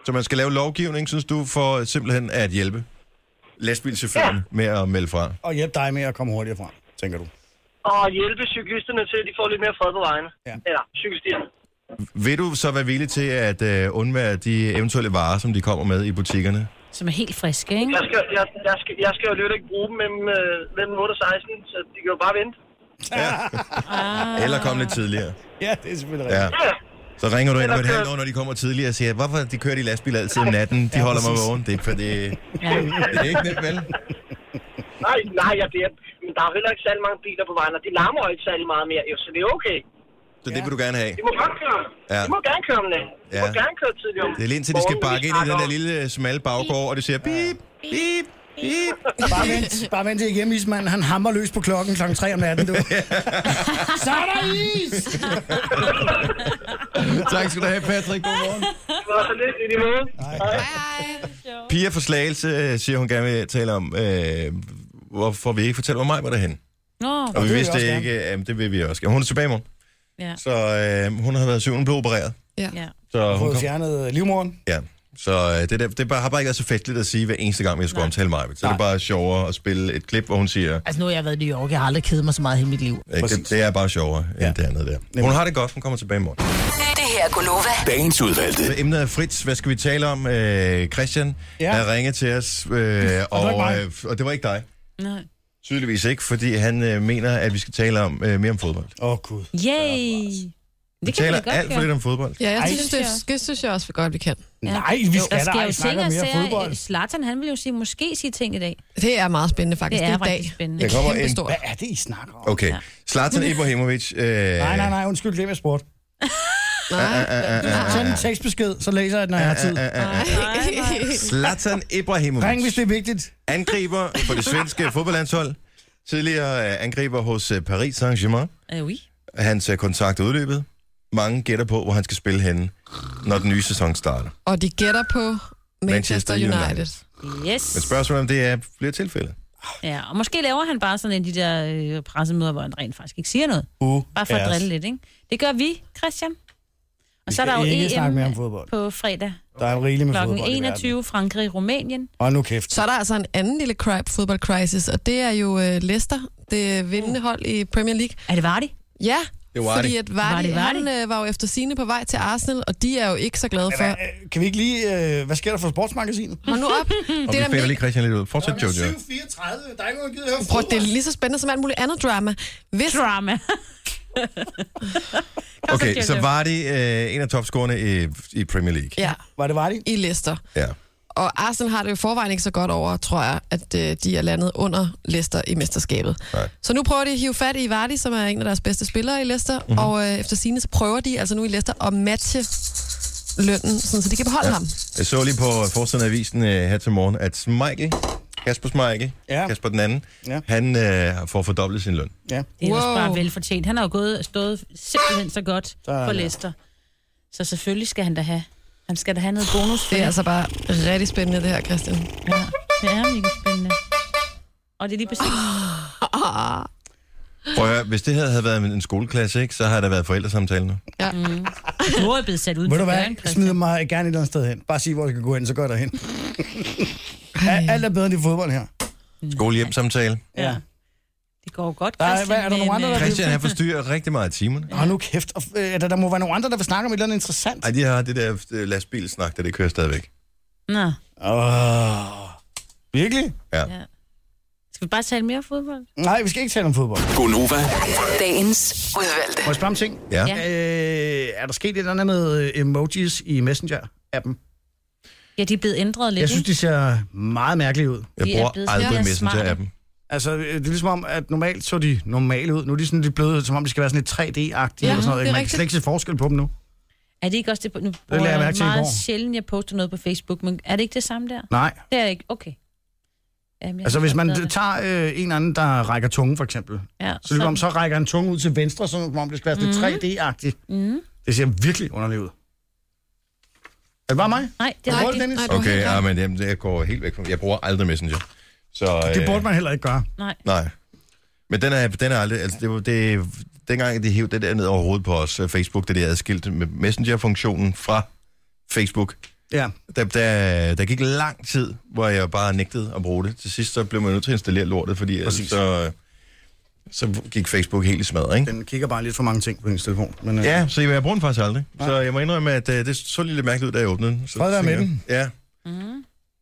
Speaker 5: Så man skal lave lovgivning, synes du, for simpelthen at hjælpe lastbilchaufføren ja. med at melde fra.
Speaker 3: Og hjælp dig med at komme hurtigere frem, tænker du.
Speaker 12: Og hjælpe cyklisterne til, at de får lidt mere fred på vejene.
Speaker 3: Ja.
Speaker 12: Eller cykelstierne.
Speaker 5: Vil du så være villig til at øh, undvære de eventuelle varer, som de kommer med i butikkerne?
Speaker 4: Som er helt friske, ikke?
Speaker 12: Jeg skal, jeg, jeg, skal, jeg skal jo lidt ikke bruge dem mellem, øh, mellem 8 og 16, så de kan jo bare vente.
Speaker 5: Eller komme lidt tidligere?
Speaker 3: Ja, det er selvfølgelig
Speaker 5: Ja. Så ringer du ind om et
Speaker 12: Eller
Speaker 5: halvt år, når de kommer tidligere og siger, hvorfor de kører de lastbiler altid om natten, de
Speaker 12: Ja,
Speaker 5: holder mig
Speaker 12: præcis.
Speaker 5: vågen. Det er for det... Det er ikke nemt, vel?
Speaker 12: Nej, nej, jeg, det er, men der er jo heller ikke særlig mange biler på vejen, og de larmer jo ikke særlig meget mere, jo, så det er okay.
Speaker 5: Så det vil du gerne have.
Speaker 12: De må godt køre.
Speaker 5: Ja.
Speaker 12: Ja. De må gerne køre om natten. De
Speaker 5: Ja.
Speaker 12: må gerne køre tidligere om
Speaker 5: Det er lige indtil, de skal bakke ind i den der lille øh, smalle baggård, og det siger bip, bip, bip.
Speaker 3: Bare vent, bare vent til igen, Ismand. Han hammer løs på klokken kl. 3 om natten, du. Så er der is!
Speaker 5: tak skal du have, Patrick. Godmorgen.
Speaker 12: Så lidt i de måde.
Speaker 5: Pia fra Slagelse øh, siger, hun gerne vil tale om, øh, hvorfor vi ikke fortæller, hvor mig var derhen.
Speaker 4: Nå,
Speaker 5: Og vi
Speaker 4: det
Speaker 5: vidste ikke, øh, det vil vi også gerne. Hun er tilbage i morgen,
Speaker 4: Ja.
Speaker 5: så øh, hun har været syg, hun blev opereret.
Speaker 4: ja.
Speaker 5: Så hun
Speaker 3: Fået
Speaker 5: kom.
Speaker 3: fjernet øh, livmoderen.
Speaker 5: Ja. Så øh, det, der, det bare, har bare ikke været så festligt at sige hver eneste gang, vi skulle omtale mig. Så er det bare sjovere at spille et klip, hvor hun siger,
Speaker 10: Altså, nu har jeg været i New York. Jeg har aldrig kedet mig så meget i hele mit liv.
Speaker 5: Ikke? Det, det er bare sjovere ja. end det andet der. Hun har det godt, hun kommer tilbage i morgen.
Speaker 7: Det her er Gunova.
Speaker 5: Dagens udvalgte. Så emnet er frit. Hvad skal vi tale om? Øh, Christian ja.
Speaker 7: Ja.
Speaker 5: har ringet til os, øh, og,
Speaker 7: Og det var ikke
Speaker 5: og,
Speaker 7: mig.
Speaker 5: øh, og det var ikke dig.
Speaker 4: Nej.
Speaker 5: Tydeligvis ikke, fordi han øh, mener, at vi skal tale om øh, mere om fodbold.
Speaker 3: Åh, oh, gud.
Speaker 4: Yay!
Speaker 5: Vi
Speaker 4: Det kan vi
Speaker 5: taler
Speaker 4: da godt
Speaker 5: alt for
Speaker 4: gøre.
Speaker 5: lidt om fodbold.
Speaker 2: Ja, jeg
Speaker 4: Ej,
Speaker 2: synes,
Speaker 4: det synes
Speaker 2: det, det synes jeg også godt, vi kan.
Speaker 4: Ja.
Speaker 3: Nej, vi skal
Speaker 4: der
Speaker 3: da
Speaker 4: skal
Speaker 3: ej
Speaker 4: jo
Speaker 3: snakke
Speaker 4: ting og
Speaker 3: mere
Speaker 4: sager.
Speaker 3: fodbold.
Speaker 4: Øh, Zlatan, han vil jo sige, måske sige ting i dag.
Speaker 2: Det er meget spændende faktisk.
Speaker 4: Det er
Speaker 2: Det er i dag.
Speaker 4: faktisk spændende.
Speaker 5: Der kommer en-
Speaker 2: Kæmpestort.
Speaker 3: Hvad er det, I snakker om?
Speaker 5: Okay. Zlatan Ibrahimovic. Øh,
Speaker 3: Nej, nej, nej, undskyld, glem jeg spurgte.
Speaker 5: øh,
Speaker 3: Send en tekstbesked, så læser jeg den, når jeg har tid.
Speaker 5: Zlatan Ibrahimovic.
Speaker 3: Ring, hvis det er vigtigt.
Speaker 5: Angriber for det svenske fodboldlandshold. Tidligere øh, angriber hos øh, Paris Saint-Germain.
Speaker 4: Øh, oui.
Speaker 5: Hans øh, kontrakt er udløbet. Mange gætter på, hvor han skal spille henne, når den nye sæson starter.
Speaker 2: Og de gætter på Manchester,
Speaker 5: Manchester United.
Speaker 2: United.
Speaker 4: Yes.
Speaker 5: Men spørgsmålet er, om det er flere tilfælde.
Speaker 4: Ja, og måske laver han bare sådan en af de der øh, pressemøder, hvor han rent faktisk ikke siger noget.
Speaker 5: Uh,
Speaker 4: Bare for at drille lidt, ikke? Det gør vi, Christian. Og så er der jo
Speaker 3: Vi skal ikke snakke
Speaker 4: EM
Speaker 3: mere om fodbold.
Speaker 4: på fredag
Speaker 3: Der er jo rigeligt med
Speaker 4: kl.
Speaker 3: fodbold i verden.
Speaker 4: 21, Frankrig-Rumænien.
Speaker 3: Og nu kæft.
Speaker 2: Så er der altså en anden lille cri- fodboldcrisis, og det er jo øh, Leicester, det vindende hold i Premier League.
Speaker 4: Er det Vardy?
Speaker 2: Ja,
Speaker 5: Det var
Speaker 2: fordi
Speaker 5: det.
Speaker 2: at Vardy,
Speaker 4: Var det
Speaker 2: Vardy,
Speaker 4: Vardy?
Speaker 2: Vardy. Han, øh, var jo efter sine på vej til Arsenal, og de er jo ikke så glade for...
Speaker 3: Hvad, øh, Kan vi ikke lige... øh, Hvad sker der for sportsmagasinet?
Speaker 2: Hold nu op.
Speaker 5: Og vi
Speaker 2: der
Speaker 5: fader lige Christian lidt ud. Fortsæt, Jojo.
Speaker 3: 34, der er ikke nogen, der gider høre
Speaker 2: Prøv, det er lige så spændende som alt muligt andet drama. Hvis...
Speaker 4: Drama.
Speaker 5: Okay, så var det øh, en af topscorerne i, i Premier League.
Speaker 2: Ja.
Speaker 3: Var det Vardy?
Speaker 2: I Leicester.
Speaker 5: Ja.
Speaker 2: Og Arsenal har det jo i forvejen ikke så godt over, tror jeg, at øh, de er landet under Leicester i mesterskabet.
Speaker 5: Nej.
Speaker 2: Så nu prøver de at hive fat i Vardy, som er en af deres bedste spillere i Leicester,
Speaker 5: Mhm.
Speaker 2: mm-hmm. og øh, efter sine så prøver de altså nu i Leicester at matche lønnen, sådan, så de kan beholde ja. ham.
Speaker 5: Jeg så lige på forsiden af avisen øh, her til morgen, at Michael, Kasper Michael, ja.
Speaker 3: Ja.
Speaker 5: Kasper den anden, ja.
Speaker 3: Ja.
Speaker 5: han øh, får fordoblet sin løn.
Speaker 3: Ja.
Speaker 4: Det er wow.
Speaker 2: Wow.
Speaker 4: bare velfortjent. Han har jo gået og stået simpelthen så godt
Speaker 3: Sådan der.
Speaker 4: på Leicester. Så selvfølgelig skal han da have. Han skal da have noget bonus for
Speaker 2: Det er altså bare rigtig spændende, det her, Christian.
Speaker 4: Ja, det er mega spændende. Og det er lige præcis...
Speaker 5: Prøv at høre, hvis det her havde været en skoleklasse, ikke, så havde der været forældresamtale nu.
Speaker 2: Ja.
Speaker 4: Mm. Du er blevet sat ud
Speaker 3: Ved
Speaker 4: for
Speaker 3: du
Speaker 4: døren,
Speaker 3: hvad? Smid
Speaker 4: Christian.
Speaker 3: mig gerne et eller andet sted hen. Bare sig, hvor du kan gå hen, så går jeg derhen. Al- Alt er bedre end i fodbold her.
Speaker 5: Skolehjemsamtale.
Speaker 3: Ja.
Speaker 4: Det går jo godt,
Speaker 3: Der er-
Speaker 4: Christian.
Speaker 3: hvad, er der
Speaker 4: men,
Speaker 3: nogen andre, der
Speaker 4: øh,
Speaker 3: vil-
Speaker 5: Christian, han forstyrrer rigtig meget i timerne.
Speaker 3: Og nu kæft, og, øh, der, der må være nogle andre, der vil snakke om et eller andet interessant.
Speaker 5: Ej, de har det der øh, lastbilsnak, der det kører stadigvæk.
Speaker 4: Nå,
Speaker 3: Åh, virkelig?
Speaker 5: Ja.
Speaker 4: ja. Skal vi bare tale mere fodbold?
Speaker 3: Nej, vi skal ikke tale om fodbold.
Speaker 9: Gonova.
Speaker 7: Dagens udvalgte.
Speaker 3: Må jeg spørge om ting?
Speaker 5: Ja.
Speaker 4: Ja.
Speaker 3: Øh, er der sket et eller andet med øh, emojis i Messenger-appen?
Speaker 4: Ja, de er blevet ændret lidt,
Speaker 3: Jeg synes,
Speaker 4: ikke?
Speaker 3: de ser meget mærkelige ud.
Speaker 5: Jeg
Speaker 4: De er
Speaker 5: bruger
Speaker 4: blevet- de
Speaker 5: aldrig
Speaker 4: er
Speaker 5: Messenger-appen.
Speaker 3: Altså, øh, det er ligesom om, at normalt så de normale ud. Nu er de sådan lidt bløde, som om de skal være sådan lidt 3D-agtige
Speaker 2: Ja,
Speaker 3: eller sådan noget.
Speaker 2: det
Speaker 3: ikke?
Speaker 2: er
Speaker 3: Man kan slet ikke se forskel på dem nu.
Speaker 4: Er det ikke også det? Nu bruger
Speaker 3: lagde jeg
Speaker 4: jeg
Speaker 3: mærke til i
Speaker 4: meget
Speaker 3: går.
Speaker 4: sjældent, jeg poster noget på Facebook, men er det ikke det samme der?
Speaker 3: Nej.
Speaker 4: Det er det ikke. Okay. Jamen, jeg
Speaker 3: Altså,
Speaker 4: har
Speaker 3: hvis man
Speaker 4: opdaget det.
Speaker 3: tager øh, en anden, der rækker tunge, for eksempel.
Speaker 4: Ja,
Speaker 3: Så lige om, så rækker en tunge ud til venstre, sådan, som om det skal være sådan lidt 3D-agtigt.
Speaker 4: Mm.
Speaker 3: Det ser virkelig underligt ud. Er det bare mig?
Speaker 4: Nej, det er
Speaker 3: Prøv
Speaker 4: rigtigt.
Speaker 3: Dennis.
Speaker 2: Nej, du har
Speaker 5: Okay,
Speaker 2: helt ret.
Speaker 5: ja, men jamen, jeg går helt væk fra Jeg bruger aldrig Messenger. Så, øh,
Speaker 3: Det burde man heller ikke gøre.
Speaker 4: Nej.
Speaker 5: Nej. Men den er, den er aldrig... Altså, det, var- det, dengang de hævde det der ned over hovedet på os, øh, Facebook, det der adskilt med Messenger-funktionen fra Facebook,
Speaker 3: Ja.
Speaker 5: der, der, der gik lang tid, hvor jeg bare nægtede at bruge det. Til sidst så blev man nødt til at installere lortet, fordi altså,
Speaker 3: Præcis.
Speaker 5: så, så gik Facebook helt i smadret, ikke?
Speaker 3: Den kigger bare lidt for mange ting på hendes telefon. Men, øh,
Speaker 5: Ja, så jeg bruger den faktisk aldrig. Så jeg må indrømme, at øh, det så lige lidt mærkeligt ud, da jeg åbnede den. Så
Speaker 3: Fred være med
Speaker 5: tænker
Speaker 3: den.
Speaker 5: jeg, Ja.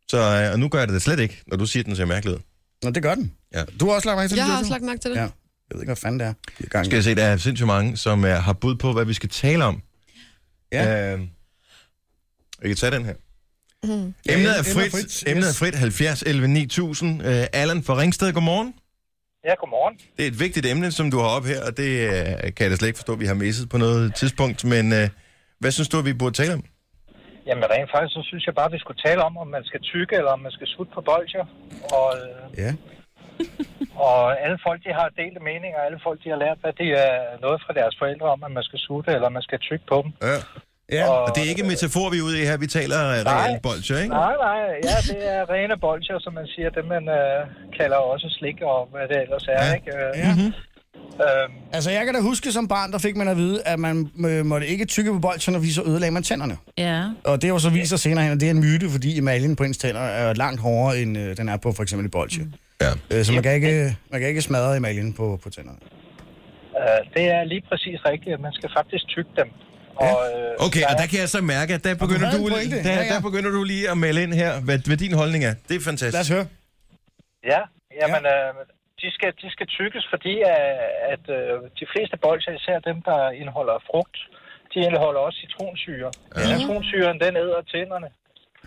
Speaker 5: Så øh, og nu gør jeg det da slet ikke, når du siger, at den ser mærkelig ud.
Speaker 3: Nå, det gør den.
Speaker 5: Ja.
Speaker 3: Du har også lagt mærke til
Speaker 2: Jeg
Speaker 3: det,
Speaker 2: har
Speaker 3: Jojo?
Speaker 2: også lagt mærke til det.
Speaker 3: Ja. Jeg ved ikke, hvad fanden det er. Det er
Speaker 5: Nu
Speaker 3: gang.
Speaker 5: skal jeg se, der er sindssygt mange, som er, har bud på, hvad vi skal tale om.
Speaker 3: Ja.
Speaker 5: Øh, jeg kan tage den her. Mm. Emnet er
Speaker 3: emnet er
Speaker 5: frit.
Speaker 3: frit,
Speaker 5: Emnet er
Speaker 3: yes.
Speaker 5: frit. 70 11 9000. Øh, Allan fra Ringsted, godmorgen.
Speaker 13: Ja, godmorgen.
Speaker 5: Det er et vigtigt emne, som du har op her, og det øh, kan jeg da slet ikke forstå, at vi har misset på noget tidspunkt. Men øh, hvad synes du, at vi burde tale om?
Speaker 13: Jamen rent faktisk, så synes jeg bare, at vi skulle tale om, om man skal tykke, eller om man skal sutte på bolcher. Og,
Speaker 5: Ja.
Speaker 13: og alle folk, de har delte meninger, alle folk, de har lært, hvad det er noget fra deres forældre om, at man skal sutte, eller man skal tykke på dem.
Speaker 5: Ja. Ja, og det er ikke en metafor, vi er ude i her. Vi taler øh, reelt bolcher, ikke?
Speaker 13: Nej, nej, ja, det er rene bolcher, som man siger, det man øh, kalder også slik, og hvad det ellers er, ja. ikke? Øh, mm-hmm. øhm,
Speaker 3: Altså, jeg kan da huske som barn, der fik man at vide, at man øh, måtte ikke tykke på bolsjerne, fordi så ødelagde man tænderne.
Speaker 4: Ja.
Speaker 3: Og det har jo så vist sig senere hen, at det er en myte, fordi emaljen på ens tænder er langt hårdere, end øh, den er på for eksempel et bolsje. Mm.
Speaker 5: Ja.
Speaker 3: Øh, så man kan, ikke, man kan ikke smadre emaljen på, på tænderne.
Speaker 13: øh, det er lige præcis rigtigt, at man skal faktisk tykke dem. Og, øh,
Speaker 5: Okay, og der kan jeg så mærke, at der begynder,
Speaker 13: havde
Speaker 5: du,
Speaker 13: en pointe.
Speaker 5: der,
Speaker 13: Ja, ja.
Speaker 5: der begynder du lige at melde ind her, hvad, hvad din holdning er. Det er fantastisk. Lad os
Speaker 3: høre.
Speaker 13: Ja, jamen, øh, de, skal, de skal tykkes, fordi øh, at øh, de fleste bolcher, især dem, der indeholder frugt, de indeholder også citronsyre. Ja. Mhm. Citronsyren, den æder tænderne.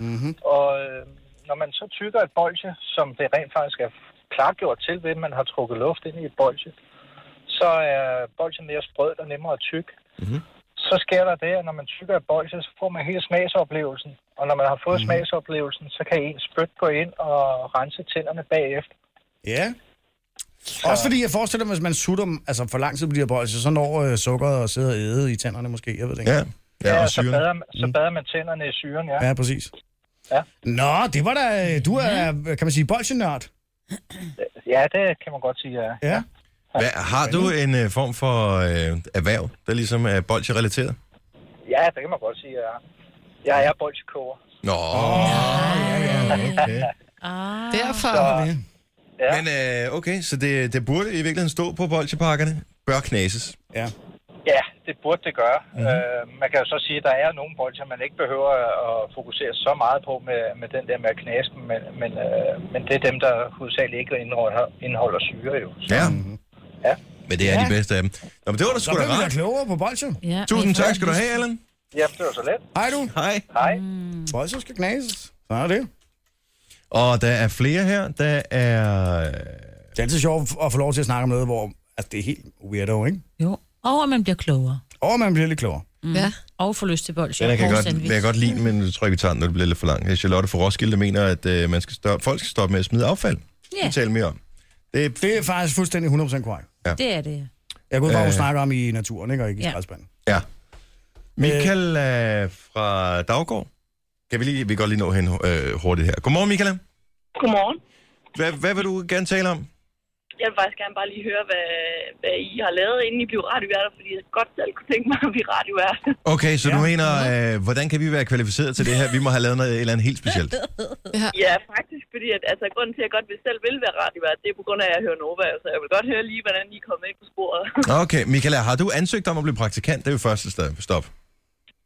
Speaker 3: Mm-hmm.
Speaker 13: Og øh, når man så tykker et bolche, som det rent faktisk er klargjort til, ved at man har trukket luft ind i et bolche, så er bolchen mere sprød og nemmere at tykke.
Speaker 14: Mhm.
Speaker 13: Så sker der det, at når man tykker et bolche, så får man hele smagsoplevelsen. Og når man har fået mm. smagsoplevelsen, så kan en spyt gå ind og rense tænderne bagefter.
Speaker 3: Ja. Også fordi jeg forestiller mig, at hvis man sutter dem altså for lang tid på de her bolsjer, så når øh, sukkeret og sidder og æde i tænderne måske, jeg ved det ikke.
Speaker 5: Ja,
Speaker 13: Ja, ja så, bader, så bader man tænderne i syren, ja.
Speaker 3: Ja, præcis.
Speaker 13: Ja.
Speaker 3: Nå, det var da... Du er, kan man sige, bolsjenørd.
Speaker 13: Ja, det kan man godt sige, ja.
Speaker 3: Ja.
Speaker 5: Hvad, har du en øh, form for øh, erhverv, der ligesom er bolcher-relateret?
Speaker 13: Ja, det kan man godt sige, ja. Jeg er bolsjekoger.
Speaker 5: Nå, ja, ja, okay.
Speaker 4: Ah.
Speaker 2: Derfor.
Speaker 5: Så, ja. Men øh, okay, så det, det burde i virkeligheden stå på bolcherpakkerne. Bør knæses.
Speaker 3: Ja.
Speaker 13: Ja, det burde det gøre. Mm-hmm. Øh, man kan jo så sige, at der er nogle bolcher, man ikke behøver at fokusere så meget på med, med den der med at knæse dem, men, men, øh, men det er dem, der hovedsageligt ikke indeholder, indeholder syre jo.
Speaker 5: Ja.
Speaker 13: Ja.
Speaker 5: Men det er ja. de bedste af dem. Mm-hmm. Nå, men det var da
Speaker 3: Så
Speaker 5: sgu da
Speaker 3: blev vi da
Speaker 5: rart.
Speaker 3: klogere på bolsjer.
Speaker 4: Ja.
Speaker 5: Tusind tak skal du have, Allan.
Speaker 13: Ja, det var så let.
Speaker 3: Hej du.
Speaker 5: Hej.
Speaker 13: Hej.
Speaker 3: Bolsjer skal knases. Så er det.
Speaker 5: Og der er flere her. Der er... øh,
Speaker 3: Det er altid sjovt at få lov til at snakke om noget, hvor altså, det er helt weirdo, ikke?
Speaker 4: Jo. Og at man bliver klogere.
Speaker 3: Og man bliver lidt klogere.
Speaker 4: Mm. Ja. Og får lyst til bolsje.
Speaker 5: Den her kan
Speaker 4: og
Speaker 5: jeg godt,
Speaker 4: sandwich.
Speaker 5: vil jeg godt lide, men jeg tror ikke, vi tager den, når det bliver lidt for langt. Charlotte fra Roskilde mener, at øh, man skal stoppe, folk skal stoppe med at smide affald.
Speaker 4: Ja.
Speaker 5: Yeah. Det taler mere om. Det er,
Speaker 3: det er faktisk fuldstændig 100% korrekt.
Speaker 5: Ja.
Speaker 4: Det er det, ja.
Speaker 3: Jeg kunne bare
Speaker 5: Øh.
Speaker 3: øh... snakke om i naturen, ikke? Og ikke i
Speaker 4: Ja.
Speaker 3: skraldespanden.
Speaker 5: Ja. Michael øh, fra Daggård. Kan vi lige, vi kan godt lige nå hen øh, hurtigt her. Godmorgen, Michael.
Speaker 8: Godmorgen.
Speaker 5: Hvad, hvad vil du gerne tale om?
Speaker 8: Jeg vil faktisk gerne bare lige høre, hvad, hvad I har lavet, inden I blev radioværter, fordi jeg godt selv kunne tænke mig at blive radioværter.
Speaker 5: Okay, så ja. du mener, øh, hvordan kan vi være kvalificeret til det her? Vi må have lavet noget et eller andet helt specielt.
Speaker 8: Ja. ja, faktisk, fordi at, altså, grunden til, at jeg godt vil selv vil være radiovært, det er på grund af, at jeg hører Nova, så jeg vil godt høre lige, hvordan I er kommet ind på sporet.
Speaker 5: Okay, Michael, har du ansøgt om at blive praktikant? Det er jo første sted. Stop.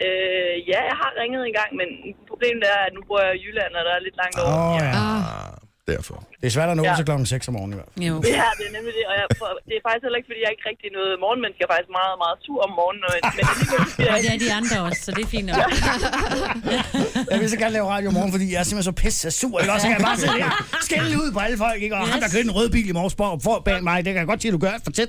Speaker 8: øh, ja, jeg har ringet en gang, men problemet er, at nu bor jeg i Jylland, og der er lidt langt over.
Speaker 3: Åh, ja.
Speaker 5: Ah, Derfor.
Speaker 3: Det er svært at nå
Speaker 8: Ja.
Speaker 3: ja. til klokken 6 om morgenen i hvert fald.
Speaker 8: Jo. Ja, det er nemlig det, og jeg, for, det er faktisk heller ikke, fordi jeg ikke rigtig er noget morgenmenneske. Jeg er faktisk meget, meget sur om morgenen, og, men
Speaker 4: Og det er de andre også, så det er fint nok.
Speaker 3: Jeg vil så gerne lave radio i morgen, fordi jeg er simpelthen så pisse sur, ikke? Og så kan jeg bare sidde der og skælde ud på alle folk, ikke? Og yes. ham, der kørte en rød bil i morges for, for bag mig, det kan jeg godt sige, du gør for tæt.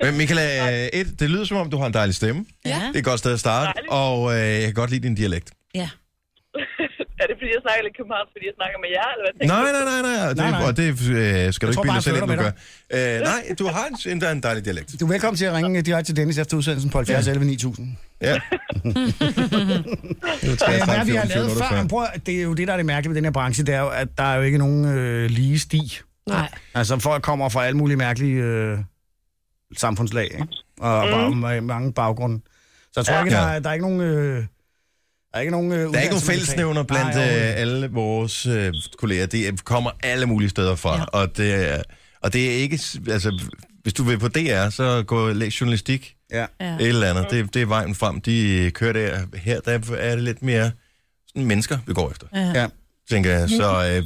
Speaker 5: Men Michael, øh, et, det lyder som om, du har en dejlig stemme.
Speaker 8: Ja.
Speaker 5: Det er et godt sted at starte,
Speaker 8: Dejligt.
Speaker 5: og øh, jeg kan godt lide din dialekt.
Speaker 4: Ja.
Speaker 8: er det, fordi jeg snakker lidt københavn, fordi jeg snakker med jer, eller hvad tænker
Speaker 5: Nej,
Speaker 8: du?
Speaker 5: nej, nej, nej, og det,
Speaker 8: Nej, nej.
Speaker 5: Og det øh, skal du
Speaker 3: tror
Speaker 5: ikke bilde
Speaker 3: bare,
Speaker 5: dig selv
Speaker 3: jeg
Speaker 5: ind, du
Speaker 3: flytter
Speaker 5: gør. Øh, nej, du har en, en, en dejlig dialekt.
Speaker 3: Du er velkommen til at ringe direkte til Dennis efter udsendelsen på 70 11 9000.
Speaker 5: Ja.
Speaker 3: Øh, Hvad vi har lavet før, men prøv, at- det er jo det, der er det mærkelige ved den her branche, det er jo, at der er jo ikke nogen øh, lige sti.
Speaker 2: Nej.
Speaker 3: Altså, folk kommer fra alle mulige mærkelige øh, samfundslag, ikke? Og
Speaker 2: Mm.
Speaker 3: mm. bare med mange baggrunde. Så jeg tror
Speaker 5: Ja.
Speaker 3: ja. ikke, der,
Speaker 5: Ja.
Speaker 3: er- der er ikke nogen... Øh, der er ikke nogen, øh,
Speaker 5: Der er ikke nogen
Speaker 3: uddannelse, man kan tage.
Speaker 5: fællesnævner blandt
Speaker 3: Nej,
Speaker 5: øh, alle vores øh, kolleger. Det er- kommer alle mulige steder fra, ja. og, det er, og det er ikke... s- Altså, hvis du vil på DR, så gå og læs journalistik.
Speaker 3: Ja.
Speaker 5: Ja. Et eller andet. Det, det er vejen frem. De øh, kører der. Her der er det lidt mere sådan mennesker, vi går efter.
Speaker 3: Ja. ja.
Speaker 5: tænker jeg. Så, øh,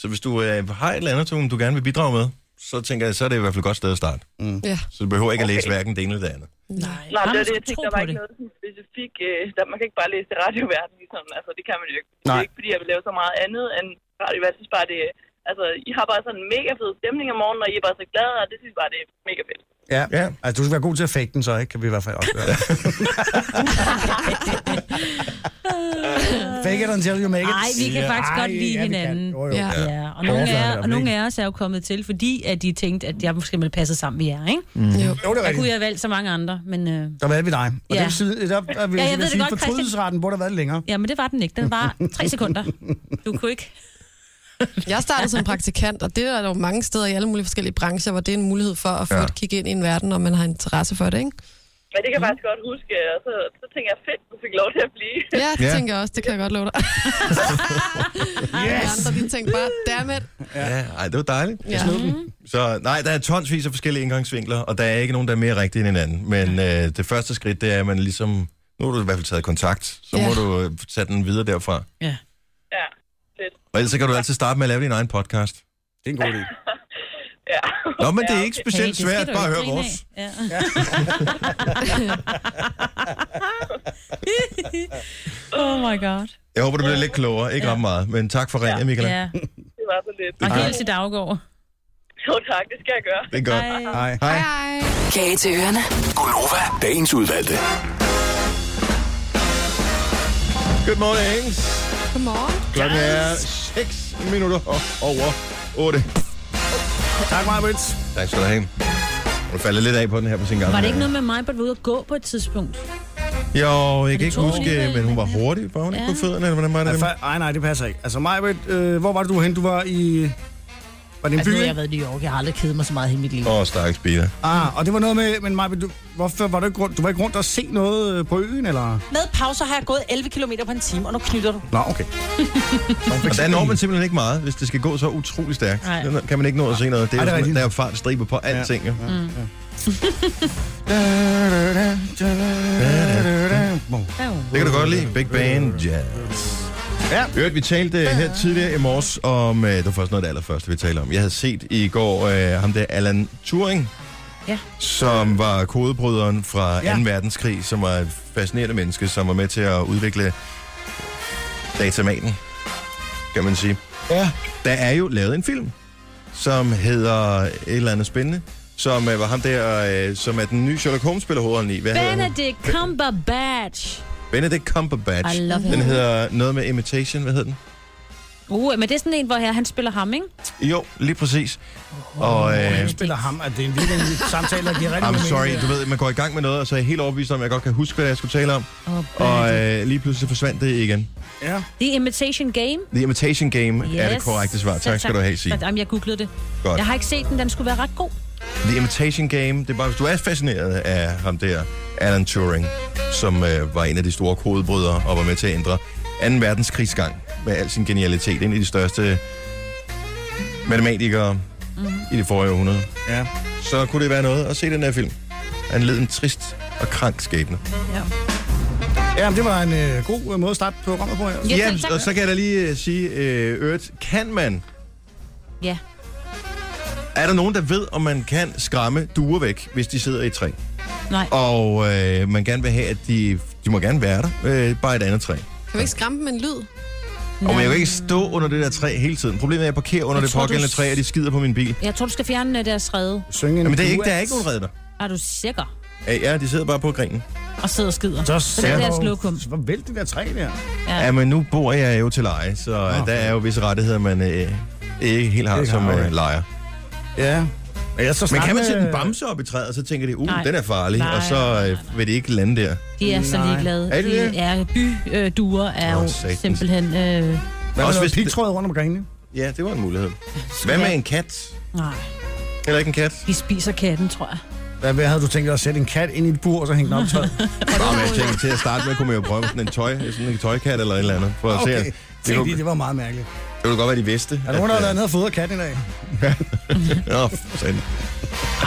Speaker 5: så hvis du øh, har et eller andet, som du gerne vil bidrage med, så tænker jeg, så er det i hvert fald et godt sted at starte.
Speaker 3: Mm.
Speaker 2: Ja.
Speaker 5: Så du behøver ikke at læse
Speaker 8: Okay.
Speaker 5: hverken det ene eller det andet.
Speaker 2: Nej,
Speaker 8: Nej, det
Speaker 4: man
Speaker 8: er det,
Speaker 4: skal
Speaker 8: jeg
Speaker 4: tro
Speaker 8: tænkte, der var
Speaker 4: på
Speaker 8: ikke noget sådan specifikt. Øh, der, man kan ikke bare læse det radioverden, ligesom. Altså, det kan man jo ikke. Det
Speaker 3: Nej.
Speaker 8: er ikke, fordi jeg vil lave så meget andet end radioverden. Jeg synes bare, det Altså, I har bare sådan en mega fed stemning om morgenen, og I er bare så glade, og det synes jeg bare, det er mega fedt.
Speaker 3: Ja. ja. Altså, du skal være god til at fake den, så ikke? Kan vi i hvert fald opgøre. fake it until you make it.
Speaker 4: Nej, vi kan faktisk
Speaker 3: Ej,
Speaker 4: godt lide
Speaker 3: ja, vi kan.
Speaker 4: hinanden.
Speaker 3: Jo, jo.
Speaker 4: Ja. Ja. Og, nogle af, og nogle af os er jo kommet til, fordi at de tænkte, at jeg måske ville passe sammen med jer, ikke?
Speaker 3: Mm. Jo. Jo, det er
Speaker 4: Der
Speaker 3: rigtigt.
Speaker 4: kunne jeg have valgt så mange andre, men... Øh...
Speaker 3: Der valgte vi dig. Og
Speaker 4: Ja.
Speaker 3: ja. det vil sige, der, der vil ja,
Speaker 4: Ja, jeg
Speaker 3: jeg
Speaker 4: ved det
Speaker 3: sige,
Speaker 4: godt, Christian. Mhm.
Speaker 3: fortrydelsesretten burde have været lidt længere.
Speaker 4: Ja, men det var den ikke. Den var tre sekunder. Du kunne ikke...
Speaker 2: Jeg startede som praktikant, og det er der jo mange steder i alle mulige forskellige brancher, hvor det er en mulighed for at få
Speaker 5: Ja.
Speaker 2: ja. et kig ind i en verden, når man har interesse for det, ikke?
Speaker 8: Men det kan jeg faktisk godt huske, og så, så tænker jeg, fedt, du fik lov til at blive.
Speaker 2: Ja, det ja. tænker jeg også. Det kan jeg godt love dig. yes! andre, de tænkte bare, dammit.
Speaker 5: Ja, ej, det var dejligt.
Speaker 2: Ja.
Speaker 5: Så nej, der er tonsvis af forskellige indgangsvinkler, og der er ikke nogen, der er mere rigtig end hinanden. Men øh, det første skridt, det er, at man ligesom... Nu har du i hvert fald taget kontakt, så
Speaker 8: Ja.
Speaker 5: må du øh, tage den videre derfra.
Speaker 4: Ja.
Speaker 8: Ja, fedt.
Speaker 5: Og ellers så kan du altid starte med at lave din egen podcast.
Speaker 3: Det er en god idé.
Speaker 8: ja.
Speaker 5: Nå, men det er
Speaker 8: Ja,
Speaker 5: ikke
Speaker 8: okay.
Speaker 5: specielt Hey, det skal svært. du Bare ikke hør grine vores. af.
Speaker 4: Ja. oh my god.
Speaker 5: Jeg håber, du bliver lidt klogere. Ikke ja. ret meget, men tak for ringen, ja. Michael.
Speaker 4: Ja.
Speaker 8: Det var så lidt.
Speaker 4: Og helt til Daggaard.
Speaker 8: Jo tak, det skal jeg gøre.
Speaker 5: Det er godt.
Speaker 8: Hej.
Speaker 5: Hej.
Speaker 7: Kage til ørerne.
Speaker 9: Gunova, dagens udvalgte.
Speaker 5: Godmorgen.
Speaker 2: Godmorgen.
Speaker 5: Klokken er 6 minutter over 8.
Speaker 3: Tak, Marvits.
Speaker 5: Tak skal du have. Du falder lidt af på den her på sin gang.
Speaker 4: Var det ikke noget med mig, at var ude at gå på et tidspunkt?
Speaker 10: Altså,
Speaker 5: Jo, jeg kan ikke
Speaker 4: tror
Speaker 5: huske,
Speaker 4: alligevel,
Speaker 5: men hun var hurtig. Var hun ikke
Speaker 4: Ja.
Speaker 5: på fødderne, eller hvordan var det?
Speaker 3: Nej, nej, nej, det passer ikke. Altså mig, øh, hvor var det, du var henne? Du var i... Var det en
Speaker 10: Altså,
Speaker 3: by?
Speaker 10: nu har jeg
Speaker 3: ikke?
Speaker 10: været i New York. Jeg har aldrig kedet mig så meget i mit liv.
Speaker 5: Åh, oh, stakkels Peter.
Speaker 3: Ah, og det var noget med... Men Maja, du, hvorfor var du ikke rundt? Du var ikke rundt og se noget øh, på øen, eller?
Speaker 10: Med pauser har jeg gået 11 km på en time, og nu knytter du.
Speaker 3: Nå, okay.
Speaker 5: Og der når man simpelthen ikke meget, hvis det skal gå så utrolig stærkt.
Speaker 10: Nej.
Speaker 5: Der kan man ikke nå at se noget. Det er,
Speaker 3: Ej, det er
Speaker 5: jo sådan,
Speaker 3: rigtigt.
Speaker 5: der er fartstriber på alting. Ja. Ja.
Speaker 4: Mm.
Speaker 5: Det kan du godt lide. Big Band Jazz.
Speaker 3: Ja.
Speaker 5: Øvrigt, vi talte øh, her tidligere i morges om, øh, det var faktisk noget af det allerførste, vi talte om. Jeg havde set i går øh, ham der Alan Turing,
Speaker 4: Ja.
Speaker 5: som var kodebryderen fra 2.
Speaker 4: Ja.
Speaker 5: verdenskrig, som var et fascinerende menneske, som var med til at udvikle datamaten, kan man sige.
Speaker 3: Ja.
Speaker 5: Der er jo lavet en film, som hedder et eller andet spændende, som øh, var ham der, øh, som er den nye Sherlock Holmes spiller hovedrollen i. Hvad hedder han?
Speaker 4: Benedict Cumberbatch.
Speaker 5: Benedict Cumberbatch.
Speaker 4: I love him.
Speaker 5: Den hedder noget med Imitation, hvad hedder den?
Speaker 4: Uh, men det er sådan en, hvor her, han spiller ham, ikke?
Speaker 5: Jo, lige præcis. Og, øh,
Speaker 3: Jeg spiller ham, at det er en virkelig en samtale, der giver rigtig
Speaker 5: I'm
Speaker 3: meget
Speaker 5: sorry,
Speaker 3: mening.
Speaker 5: du ved, man går i gang med noget, og så er jeg helt overbevist om, at jeg godt kan huske, hvad det er, jeg skulle tale om. Og øh, lige pludselig forsvandt det igen.
Speaker 3: Ja.
Speaker 4: The Imitation Game.
Speaker 5: The Imitation Game yes. er det korrekte svar.
Speaker 4: Så
Speaker 5: Tak skal du have, sige.
Speaker 4: Jamen, jeg googlede det.
Speaker 5: Godt.
Speaker 4: Jeg har ikke set den. Den skulle være ret god.
Speaker 5: The Imitation Game, det er bare, hvis du er fascineret af ham der, Alan Turing, som øh, var en af de store kodebrydere og var med til at ændre 2. verdenskrigsgang med al sin genialitet. En af de største matematikere mm. i det forrige århundrede.
Speaker 3: Ja.
Speaker 5: Så kunne det være noget at se den her film. Han led en trist og krank skæbne.
Speaker 3: Ja, men det var en øh, god øh, måde at starte programmet på her.
Speaker 5: Ja, ja og så kan jeg da lige øh, sige, øh, øvrigt, kan man,
Speaker 4: Ja.
Speaker 5: er der nogen, der ved, om man kan skræmme duer væk, hvis de sidder i et træ?
Speaker 4: Nej.
Speaker 5: Og øh, man gerne vil have, at de, de må gerne være der, øh, bare i et andet træ.
Speaker 2: Kan vi ikke skræmme dem med en lyd?
Speaker 5: Og men jeg kan ikke stå under det der træ hele tiden. Problemet er, at jeg parkerer under
Speaker 4: Jeg
Speaker 5: jeg det
Speaker 4: tror, du
Speaker 5: pågældende
Speaker 4: s-
Speaker 5: træ, og de skider på min bil.
Speaker 4: Jeg tror, du skal fjerne øh, deres rede.
Speaker 3: Synge en
Speaker 5: Jamen, det er
Speaker 3: due
Speaker 5: ikke, der
Speaker 3: af-
Speaker 5: er ikke nogen redder.
Speaker 4: Er du sikker?
Speaker 5: Ja, ja, de sidder bare på grinen.
Speaker 4: Og sidder og skider.
Speaker 3: Så
Speaker 4: det er
Speaker 5: sagde
Speaker 4: deres
Speaker 5: du-
Speaker 4: lokum.
Speaker 3: Hvor vælt det der træ der.
Speaker 5: Ja. ja, men nu bor jeg jo til leje, så okay. der er jo visse rettigheder, man øh, ikke helt har
Speaker 3: Ikke
Speaker 5: som
Speaker 3: har,
Speaker 5: øh,
Speaker 3: okay.
Speaker 5: lejer.
Speaker 3: Ja. Men, jeg så
Speaker 5: Men
Speaker 3: snart
Speaker 5: kan man
Speaker 3: med-
Speaker 5: sætte en bamse op i træet, og så tænker de, uh,
Speaker 4: øh, Nej.
Speaker 5: den er farlig,
Speaker 4: Nej,
Speaker 5: og så øh, vil de ikke lande der.
Speaker 4: De er så
Speaker 5: Nej.
Speaker 4: ligeglade.
Speaker 5: Er de det?
Speaker 4: er byduer er
Speaker 5: Åh,
Speaker 4: jo
Speaker 5: satans.
Speaker 4: simpelthen... Øh,
Speaker 3: Hvad
Speaker 5: Også
Speaker 3: Også
Speaker 5: hvis
Speaker 3: hvis
Speaker 5: det-
Speaker 3: pigtråd rundt om grenene.
Speaker 5: Ja, det var en mulighed. Hvad med en kat?
Speaker 4: nej,
Speaker 5: Eller ikke en kat?
Speaker 4: de spiser katten, tror jeg.
Speaker 3: Hvad, hvad havde du tænkt dig at sætte en kat ind i et bur, og så hænge den op tøjet?
Speaker 5: Bare med tænker, til at starte med, kunne man jo prøve sådan en, tøj, sådan en tøjkat eller et eller andet. For at se, at
Speaker 3: Okay,
Speaker 5: det,
Speaker 3: Tænk
Speaker 5: kunne,
Speaker 3: lige, det var meget mærkeligt.
Speaker 5: det kunne godt være, de vidste.
Speaker 3: Er der nogen, der har
Speaker 5: at,
Speaker 3: været nede og fodret katten i dag?
Speaker 5: øh, Nå, for satan.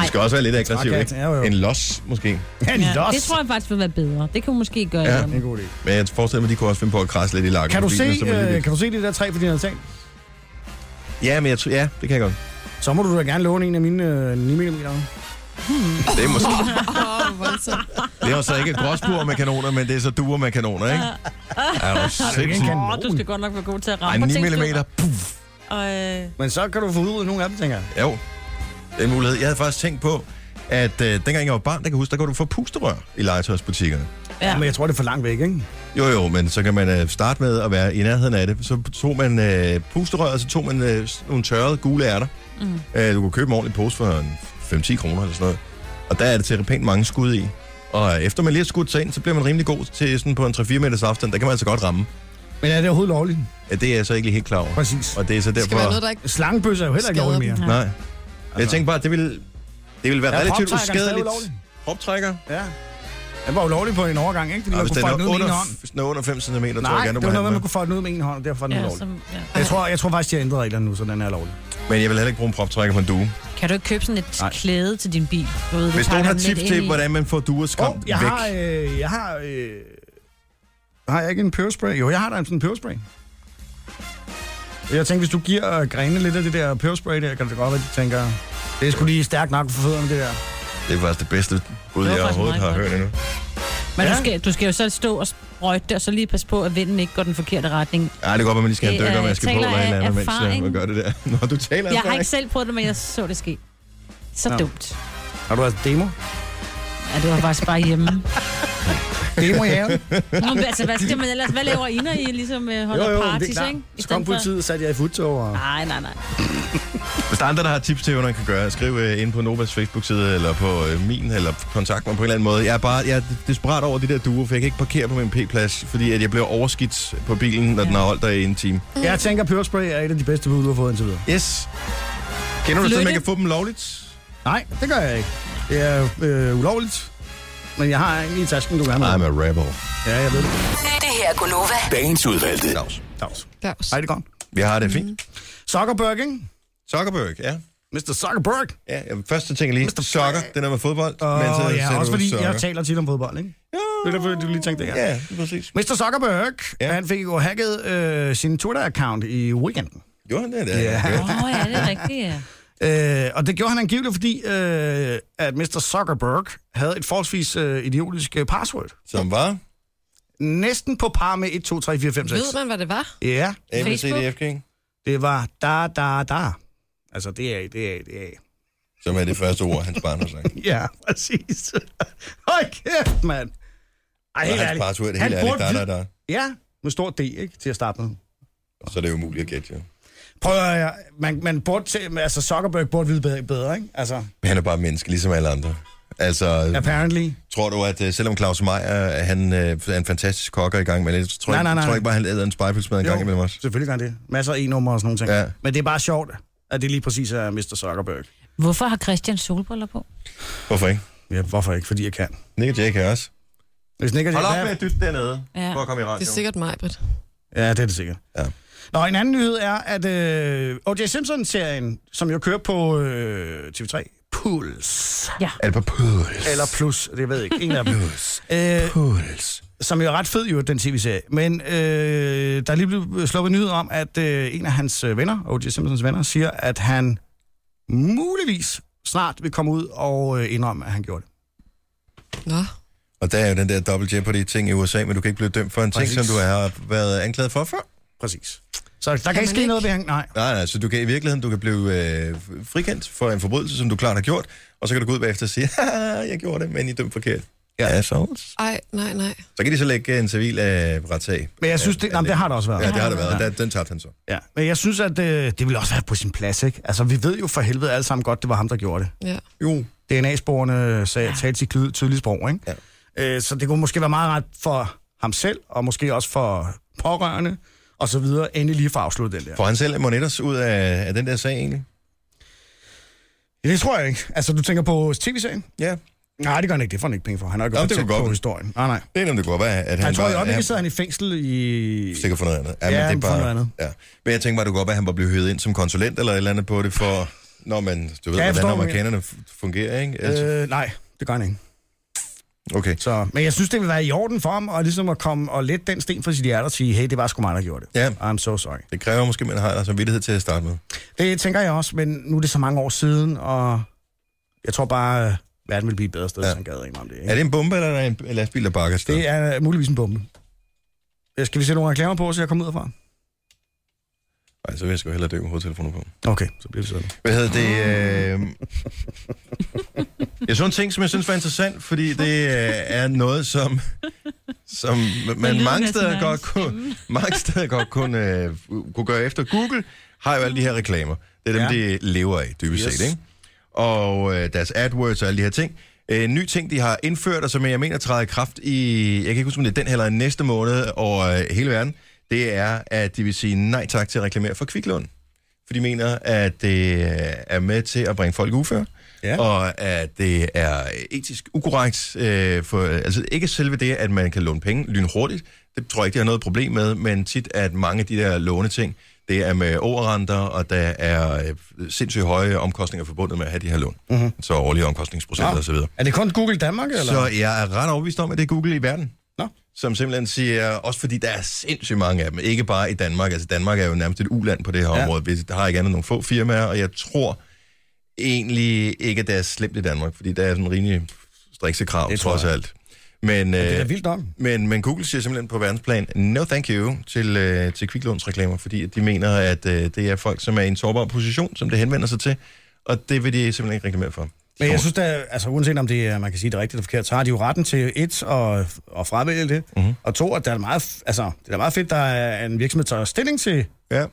Speaker 5: De skal også være lidt aggressive,
Speaker 3: Trækat, ja, jo,
Speaker 5: ikke?
Speaker 3: jo.
Speaker 5: En los, måske.
Speaker 3: En los.
Speaker 4: det tror jeg faktisk vil være bedre. Det kan hun måske gøre.
Speaker 5: Ja.
Speaker 4: Ja.
Speaker 3: En god idé.
Speaker 5: Men jeg forestiller mig, de kunne også finde på at krasse lidt i lakken.
Speaker 3: Kan du,
Speaker 5: på
Speaker 3: se,
Speaker 5: bilen, så man lige
Speaker 3: øh,
Speaker 5: lidt-
Speaker 3: kan du se det der træ på din altan?
Speaker 5: Ja, men jeg tror, ja, det kan jeg godt.
Speaker 3: Så må du da gerne låne en af mine øh, 9 mm.
Speaker 5: Det er måske...
Speaker 2: Åh, oh, voldsomt.
Speaker 5: Det er jo så ikke gråsbuer med kanoner, men det er så duer med kanoner, ikke? Er du
Speaker 4: Åh,
Speaker 5: sindssygt?
Speaker 4: du skal godt nok være god til at
Speaker 5: Ej,
Speaker 4: ramme.
Speaker 5: 9
Speaker 4: Prøv at tænke,
Speaker 5: mm.
Speaker 4: du-
Speaker 5: Puff.
Speaker 4: Og, øh,
Speaker 3: Men så kan du få ud af nogle af dem, tænker jeg.
Speaker 5: Jo, det er en mulighed. Jeg havde faktisk tænkt på, at øh, dengang jeg var barn, der kan jeg huske, der kunne du få pusterør i legetøjsbutikkerne.
Speaker 3: Ja. Men jeg tror, det er for langt væk, ikke?
Speaker 5: Jo, jo, men så kan man øh, starte med at være i nærheden af det. Så tog man øh, pusterøret, og så tog man øh, sådan nogle tørrede gule ærter.
Speaker 14: Mm.
Speaker 5: Øh, du kunne købe en ordentlig pose for en 5-10 kroner eller sådan noget. Og der er det til pænt mange skud i. Og øh, efter man lige har skudt sig ind, så bliver man rimelig god til sådan på en 3-4 meters afstand. Der kan man altså godt ramme.
Speaker 3: Men er det overhovedet lovligt?
Speaker 5: Ja, det er jeg så ikke lige helt klar over.
Speaker 3: Præcis.
Speaker 5: Og det er så derfor...
Speaker 3: ikke... Slangebøsser er jo heller ikke
Speaker 5: Skader
Speaker 3: lovligt
Speaker 5: dem.
Speaker 3: mere.
Speaker 5: Nej. Altså. Jeg tænkte bare, at det ville, det ville være
Speaker 3: Ja,
Speaker 5: relativt
Speaker 3: proptrækkeren er stadig
Speaker 5: uskadeligt.
Speaker 3: ulovlig.
Speaker 5: Proptrækker?
Speaker 3: Ja. Den var jo lovlig på en overgang, ikke? Fordi
Speaker 5: Og
Speaker 3: man
Speaker 5: hvis
Speaker 3: kunne
Speaker 5: den
Speaker 3: få
Speaker 5: er
Speaker 3: den ud med en
Speaker 5: under,
Speaker 3: hånd.
Speaker 5: hvis den er under 5 cm, tror jeg
Speaker 3: Nej, det var
Speaker 5: gerne, du må
Speaker 3: noget, med,
Speaker 5: have
Speaker 3: at man
Speaker 5: den
Speaker 3: kunne få den ud med en hånd, og derfor var den
Speaker 4: Ja,
Speaker 3: ulovlig.
Speaker 4: som- ja.
Speaker 3: Jeg tror, jeg tror faktisk, de har ændret reglerne nu, så den er lovlig.
Speaker 5: med. Men jeg vil heller ikke bruge en proptrækker på en due.
Speaker 4: Kan du ikke købe sådan et
Speaker 5: Nej.
Speaker 4: klæde til din bil? Du ved, du
Speaker 5: Hvis
Speaker 4: pakker
Speaker 5: nogen har
Speaker 4: den lidt
Speaker 5: tips
Speaker 4: ind
Speaker 5: til,
Speaker 4: i.
Speaker 5: hvordan man får duer skræmt
Speaker 3: Jeg
Speaker 5: væk.
Speaker 3: har, øh, jeg har, øh, har jeg ikke en peberspray? Jo, jeg har da en sådan en peberspray. Jeg tænkte, hvis du giver øh, grene lidt af det der peberspray der, kan det godt være, de tænker, det er sgu lige stærkt nok for fødderne, det der.
Speaker 5: Det er faktisk det bedste bud,
Speaker 4: Det var
Speaker 5: jeg
Speaker 4: faktisk
Speaker 5: overhovedet har
Speaker 4: meget
Speaker 5: hørt endnu.
Speaker 4: Men
Speaker 5: Ja.
Speaker 4: du, skal, du skal jo så stå og sprøjte det, og så lige passe på, at vinden ikke går den forkerte retning.
Speaker 5: Ja, det er godt, at man lige skal have en
Speaker 4: Det er-
Speaker 5: dykkermaske på
Speaker 4: taler
Speaker 5: eller et eller
Speaker 4: af
Speaker 5: andet, mens øh,
Speaker 4: erfaring.
Speaker 5: man gør det der. Nå, du taler
Speaker 4: Jeg
Speaker 5: altså
Speaker 4: har ikke selv prøvet det, men jeg så det ske. Så
Speaker 3: Nå.
Speaker 4: dumt.
Speaker 3: Har du altså demo?
Speaker 4: Ja, det var faktisk bare hjemme.
Speaker 3: Demo i haven?
Speaker 4: Nå, men altså, hvad skal man ellers? Hvad laver I, når I ligesom øh, holder parties, ikke? I
Speaker 3: Så kom
Speaker 4: stedet for-
Speaker 3: politiet og satte jeg i futtog. Og...
Speaker 4: Nej, nej, nej.
Speaker 5: Hvis der er andre, der har tips til, hvad man kan gøre, skriv øh, ind på Novas Facebook-side, eller på øh, min, eller kontakt mig på en eller anden måde. Jeg er bare jeg er desperat over de der duer, for jeg kan ikke parkere på min P-plads, fordi at jeg bliver overskidt på bilen, når ja. den har holdt der i en time.
Speaker 3: Jeg tænker, peberspray er et af de bedste bud, du har fået indtil videre.
Speaker 5: Yes. Kender du et sted, man kan få dem lovligt?
Speaker 3: Nej, det gør jeg ikke. Det er øh, ulovligt. Men jeg har en i tasken, du gerne vil.
Speaker 5: I'm a rebel.
Speaker 3: Ja, jeg ved det.
Speaker 7: Det her er Gunova.
Speaker 5: Dagens udvalgte. Dags.
Speaker 3: Dags.
Speaker 2: Dags.
Speaker 3: Hej, det godt.
Speaker 5: Vi har det fint.
Speaker 3: Zuckerberg, ikke?
Speaker 5: Zuckerberg, ja.
Speaker 3: Mr. Zuckerberg.
Speaker 5: Ja, jeg, første ting jeg lige. Sokker, den er med fodbold.
Speaker 3: Og
Speaker 5: men så
Speaker 3: ja,
Speaker 5: sagde
Speaker 3: også
Speaker 5: du
Speaker 3: fordi
Speaker 5: sokker.
Speaker 3: jeg taler tit om fodbold, ikke? Ja. Det er derfor, du lige tænkte det her.
Speaker 5: Ja, præcis.
Speaker 3: Mr. Zuckerberg, ja. han fik jo hacket øh, sin Twitter-account i weekenden.
Speaker 5: Gjorde han det?
Speaker 3: Ja.
Speaker 4: Åh, oh, ja, det er rigtigt, ja.
Speaker 3: Øh, og det gjorde han angiveligt, fordi øh, at Mr. Zuckerberg havde et forholdsvis øh, idiotisk øh, password.
Speaker 5: Som var?
Speaker 3: Næsten på par med 1, 2, 3, 4, 5, 6.
Speaker 2: Ved man, hvad det var?
Speaker 3: Ja.
Speaker 5: A, B, C, D, F, G.
Speaker 3: Det var da, da, da. Altså, det er, det er, det er.
Speaker 5: Som er det første ord, hans barn har sagt.
Speaker 3: Ja, præcis. Hold kæft, mand.
Speaker 5: Og
Speaker 3: Ej, helt
Speaker 5: hans
Speaker 3: ærligt.
Speaker 5: password, helt
Speaker 3: Han
Speaker 5: ærligt,
Speaker 3: burde
Speaker 5: da, da,
Speaker 3: vide-
Speaker 5: da.
Speaker 3: Ja, med stor D, ikke? Til at starte med.
Speaker 5: Så er det umuligt at gætte, jo.
Speaker 3: Prøv at høre, man, man burde til, altså Zuckerberg burde vide bedre, bedre ikke? Altså,
Speaker 5: Men han er bare menneske, ligesom alle andre. Altså,
Speaker 3: apparently.
Speaker 5: tror du, at øh, selvom Claus Meier, han øh, er en fantastisk kokker i gang, men jeg tror,
Speaker 3: Nej,
Speaker 5: nej,
Speaker 3: nej, nej.
Speaker 5: tror ikke bare, han æder en spejlpølsmad en
Speaker 3: Jo.
Speaker 5: gang imellem os.
Speaker 3: Selvfølgelig gør han det. Masser af e-nummer og sådan nogle ting.
Speaker 5: Ja.
Speaker 3: Men det er bare sjovt, at det lige præcis er Mr. Zuckerberg.
Speaker 4: Hvorfor har Christian solbriller på?
Speaker 5: Hvorfor ikke?
Speaker 3: Ja, hvorfor ikke? Fordi jeg kan.
Speaker 5: Nick og Jake er også.
Speaker 3: Hvis Nick og
Speaker 5: Hold
Speaker 3: Jake
Speaker 5: op
Speaker 3: er-
Speaker 5: med at dytte dernede,
Speaker 4: Ja.
Speaker 5: for at komme i radioen.
Speaker 2: Det er sikkert mig, Britt.
Speaker 3: Ja, det er det sikkert.
Speaker 5: Ja.
Speaker 3: Nå, en anden nyhed er, at øh, O.J. Simpson-serien, som jo kører på øh, TV3, Puls.
Speaker 4: Ja.
Speaker 5: Er det på Puls?
Speaker 3: Eller Plus, det ved jeg ikke. En af dem.
Speaker 5: Puls.
Speaker 3: Øh,
Speaker 5: Puls.
Speaker 3: Som jo er ret fed, jo, den tv-serie. Men øh, der er lige blevet sluppet nyhed om, at øh, en af hans øh, venner, O.J. Simpsons venner, siger, at han muligvis snart vil komme ud og øh, indrømme, at han gjorde det.
Speaker 2: Nå.
Speaker 5: Og der er jo den der double jeopardy-ting i USA, men du kan ikke blive dømt for en
Speaker 3: Præcis.
Speaker 5: ting, som du har været anklaget for før.
Speaker 3: Præcis. Så der kan,
Speaker 2: man
Speaker 3: ikke ske
Speaker 2: ikke?
Speaker 3: noget ved han. Nej.
Speaker 5: Nej, nej, så du kan i virkeligheden, du kan blive øh, frikendt for en forbrydelse, som du klart har gjort, og så kan du gå ud bagefter og sige, "Haha, jeg gjorde det, men I dømte forkert. Ja, ja så.
Speaker 2: Ej, nej, nej.
Speaker 5: Så kan de så lægge en civil øh, retssag.
Speaker 3: Men jeg synes, det, nej, det har det også været.
Speaker 5: Ja, det har det været. Der, den tabte han så.
Speaker 3: Ja, men jeg synes, at øh, det ville også være på sin plads, ikke? Altså, vi ved jo for helvede alle sammen godt, det var ham, der gjorde det.
Speaker 2: Ja.
Speaker 5: Jo.
Speaker 3: DNA-sporene sagde, ja. talte sit klyd- tydelige sprog, ikke? Ja. Øh, så det kunne måske være meget ret for ham selv, og måske også for pårørende, og så videre, endelig lige for at afslutte den der.
Speaker 5: Får han selv Monetters ud af, af den der sag egentlig?
Speaker 3: Det tror jeg ikke. Altså, du tænker på tv-serien?
Speaker 5: Ja.
Speaker 3: Nej, det gør han ikke. Det får han ikke penge for. Han har ikke
Speaker 5: Nå,
Speaker 3: været
Speaker 5: det
Speaker 3: tæt
Speaker 5: kunne godt
Speaker 3: på
Speaker 5: være.
Speaker 3: historien. Nej, nej.
Speaker 5: Det er nemlig godt, være, at han
Speaker 3: Han tror
Speaker 5: var,
Speaker 3: i øjeblikket
Speaker 5: er
Speaker 3: sidder han i fængsel i...
Speaker 5: sikkert for noget andet.
Speaker 3: Ja,
Speaker 5: men
Speaker 3: for noget andet.
Speaker 5: Ja. Men jeg tænker bare, det kunne godt være, at han var blevet høvet ind som konsulent eller et eller andet på det, for når man, du ved,
Speaker 3: Ja,
Speaker 5: ja, hvordan
Speaker 3: jeg forstår,
Speaker 5: amerikanerne f- fungerer, ikke? Altså,
Speaker 3: Øh, nej, det gør han ikke. Øh.
Speaker 5: okay.
Speaker 3: Så, men jeg synes, det vil være i orden for ham, og ligesom at komme og lette den sten fra sit hjerte og sige, hey, det var sgu mig, der gjorde det.
Speaker 5: Ja.
Speaker 3: I'm so sorry.
Speaker 5: Det kræver måske, at man har altså vidtighed til at starte med.
Speaker 3: Det tænker jeg også, men nu er det så mange år siden, og jeg tror bare, øh, verden ville blive et bedre sted, ja. hvis han gad ikke om det. Ikke?
Speaker 5: Er det en bombe, eller er det en lastbil, der bakker afsted?
Speaker 3: Det Øh, er muligvis en bombe. Øh, Skal vi se nogle reklamer på, så jeg kommer ud herfra?
Speaker 5: Nej, så vil jeg sgu hellere dø med hovedtelefoner på.
Speaker 3: Okay, så bliver det sådan.
Speaker 5: Hvad hedder det? Øh... Jeg så en ting, som jeg synes var interessant, fordi det øh, er noget, som, som man
Speaker 1: lyden
Speaker 5: mange
Speaker 1: af sin
Speaker 5: steder,
Speaker 1: egen
Speaker 5: godt kunne, mange steder godt kunne, øh, kunne gøre efter. Google har jo alle de her reklamer. Det er dem, ja. de lever af, dybest yes.
Speaker 1: Yes.
Speaker 5: set, ikke? Og øh, deres AdWords og alle de her ting. Øh, En ny ting, de har indført, og som jeg mener træder i kraft i, jeg kan ikke huske, om det er den her eller næste måned over øh, hele verden, det er, at de vil sige nej tak til at reklamere for kviklån for de mener, at det øh, er med til at bringe folk ufør, ja. og at det er etisk ukorrekt. Øh, for, altså ikke selve det, at man kan låne penge lynhurtigt, det tror jeg ikke, det har noget problem med, men tit at mange af de der låneting, det er med overrenter, og der er øh, sindssygt høje omkostninger forbundet med at have de her lån. Mm-hmm. Så årlige omkostningsprocenter
Speaker 3: Mhm. Nå.
Speaker 5: osv.
Speaker 3: Er det kun Google Danmark, eller?
Speaker 5: Så jeg er ret overbevist om, at det er Google i verden. Nå. Som simpelthen siger, også fordi der er sindssygt mange af dem, ikke bare i Danmark. Altså Danmark er jo nærmest et uland på det her ja. område. Vi har ikke andet end nogle få firmaer, og jeg tror egentlig ikke, at det er slemt i Danmark, fordi der er sådan rimelig strikse krav, trods alt. Men,
Speaker 3: det er da
Speaker 5: øh,
Speaker 3: vildt nok.
Speaker 5: men, men Google siger simpelthen på verdensplan, no thank you til, øh, til kviklånsreklamer, fordi at de mener, at øh, det er folk, som er i en sårbar position, som det henvender sig til, og det vil de simpelthen ikke reklamere for.
Speaker 3: Men jeg synes da, altså uanset om det er, man kan sige det er rigtigt eller forkert, så har de jo retten til et, og, og fravælge det, mm-hmm. og to, at der er meget, f- altså, det er da meget fedt, der er en virksomhed, der tager stilling til
Speaker 5: ja.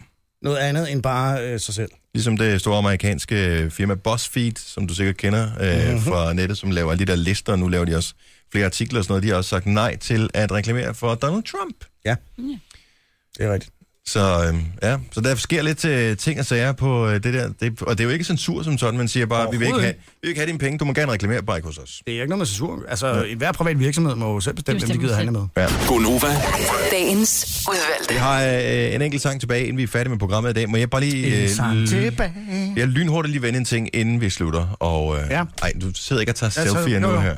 Speaker 3: noget andet end bare øh, sig selv.
Speaker 5: Ligesom det store amerikanske øh, firma BuzzFeed, som du sikkert kender øh,
Speaker 3: Mhm.
Speaker 5: mm-hmm. fra nettet, som laver alle de der lister, og nu laver de også flere artikler og sådan noget. De har også sagt nej til at reklamere for Donald Trump.
Speaker 3: Ja,
Speaker 4: Mm.
Speaker 3: det er rigtigt.
Speaker 5: Så, øh, ja. så der sker lidt øh, ting og sager på øh, det der. Det, og det er jo ikke censur som sådan, man siger bare, vi vil, ikke have, vi vil ikke have dine penge, du må gerne reklamere bare ikke hos os.
Speaker 3: Det er ikke noget med censur. Altså, ja. hver privat virksomhed må jo selv bestemme, hvem de gider handle med.
Speaker 5: Ja.
Speaker 9: Gonova.
Speaker 7: Dagens udvalgte.
Speaker 5: Jeg har øh, en enkelt sang tilbage, inden vi er færdige med programmet i dag. Må jeg bare lige... øh,
Speaker 3: En sang
Speaker 5: l-
Speaker 3: tilbage.
Speaker 5: Jeg lynhurtigt lige vende en ting, inden vi slutter. Og, øh, ja.
Speaker 3: Ja.
Speaker 5: Ej, du sidder ikke og tager
Speaker 3: Jeg tager-
Speaker 5: selfie'er
Speaker 3: jo,
Speaker 5: nu
Speaker 3: jo.
Speaker 5: her.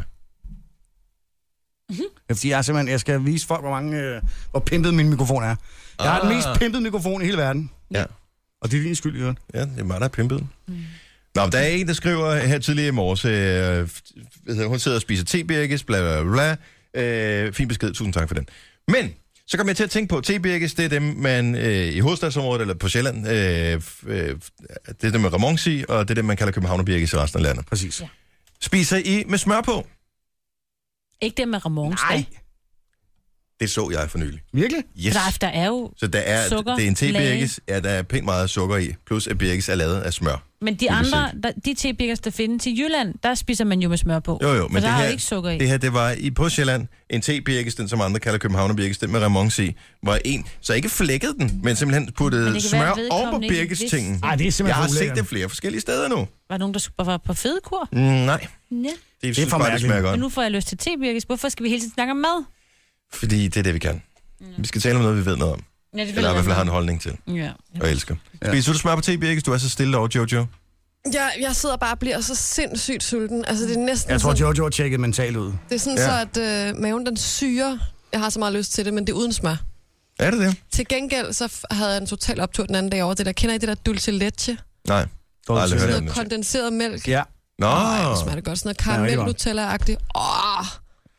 Speaker 3: Det er fordi, jeg er simpelthen, jeg skal vise folk, hvor mange, øh, hvor pimpet min mikrofon er. Jeg har den
Speaker 5: Ah.
Speaker 3: mest pimpede mikrofon i hele verden.
Speaker 5: Ja.
Speaker 3: Og det er din skyld, Jørgen.
Speaker 5: Ja, det er mig, der er pimpet. Mm. Nå, der er en, der skriver her tidligere i morges, øh, f- hvad hedder hun sidder og spiser tebirkes, bla bla bla. Øh, fin besked, tusind tak for den. Men, så kom jeg til at tænke på, tebirkes, det er dem, man øh, i hovedstadsområdet eller på Sjælland, øh, f- øh, f- det er dem med remonci, og det er dem, man kalder københavnerbirkes i resten af landet.
Speaker 3: Præcis.
Speaker 4: Ja.
Speaker 5: Spiser I med smør på?
Speaker 4: Ikke det med Ramons. Nej.
Speaker 5: Det så jeg for nylig.
Speaker 3: Virkelig?
Speaker 5: Yes.
Speaker 4: Ralf, der er jo
Speaker 5: Så der er,
Speaker 4: sukker,
Speaker 5: det er en
Speaker 4: flage.
Speaker 5: tebirkes, ja, der er pænt meget sukker i, plus at birkes er lavet af smør.
Speaker 4: Men de
Speaker 5: Dybest
Speaker 4: andre, der, de tebirkers, der findes i Jylland, der spiser man jo med smør på.
Speaker 5: Jo, jo,
Speaker 4: For
Speaker 5: men
Speaker 4: der
Speaker 5: det
Speaker 4: er
Speaker 5: her,
Speaker 4: jo ikke sukker i.
Speaker 5: det her, det var i på Sjælland, en tebirkes, den som andre kalder Københavnerbirkes, den med remonce i, var en, så ikke flækkede den, men simpelthen puttede
Speaker 4: Men det kan være,
Speaker 5: smør
Speaker 4: at
Speaker 5: over på
Speaker 4: vedkommende ikke
Speaker 5: birkestingen.
Speaker 4: vidste. Ej, det er
Speaker 5: Jeg
Speaker 4: simpelthen
Speaker 5: har
Speaker 4: for
Speaker 5: set
Speaker 4: ulækkert.
Speaker 5: det flere forskellige steder nu.
Speaker 4: Var der nogen, der skulle- var på fedekur?
Speaker 5: Mm, nej,
Speaker 4: Ja.
Speaker 5: det, det er for bare, det smager
Speaker 4: Men
Speaker 5: godt,
Speaker 4: nu får jeg lyst til tebirkes. Hvorfor skal vi hele tiden snakke om mad?
Speaker 5: fordi det er det, vi kan. Vi skal tale om noget, vi ved noget om.
Speaker 4: Ja, det ved
Speaker 5: Eller i
Speaker 4: Mm. jeg
Speaker 5: hvert fald
Speaker 4: godt. Mm.
Speaker 5: har en holdning til,
Speaker 4: Ja.
Speaker 5: og elsker. Spiser du smør på tebirkes? Du er så stille over, Jojo.
Speaker 2: Jeg, jeg sidder bare og bliver så sindssygt sulten. Altså, det er næsten
Speaker 3: Jeg tror,
Speaker 2: sådan,
Speaker 3: Jojo har tjekket mentalt ud.
Speaker 2: det er sådan
Speaker 3: Ja.
Speaker 2: så, at øh, maven den syrer. Jeg har så meget lyst til det, men det er uden smør.
Speaker 5: Er det det?
Speaker 2: Til gengæld så f- havde jeg en total optur den anden dag over det der. Kender I det der dulce leche?
Speaker 5: Nej, jeg har aldrig hørt
Speaker 2: Sådan
Speaker 5: om
Speaker 2: noget
Speaker 5: det.
Speaker 2: kondenseret mælk.
Speaker 3: Ja.
Speaker 5: Nå,
Speaker 2: Ej, det smager det godt. Sådan noget
Speaker 5: Det er rigtig
Speaker 2: karamel
Speaker 5: godt.
Speaker 2: nutella-agtigt.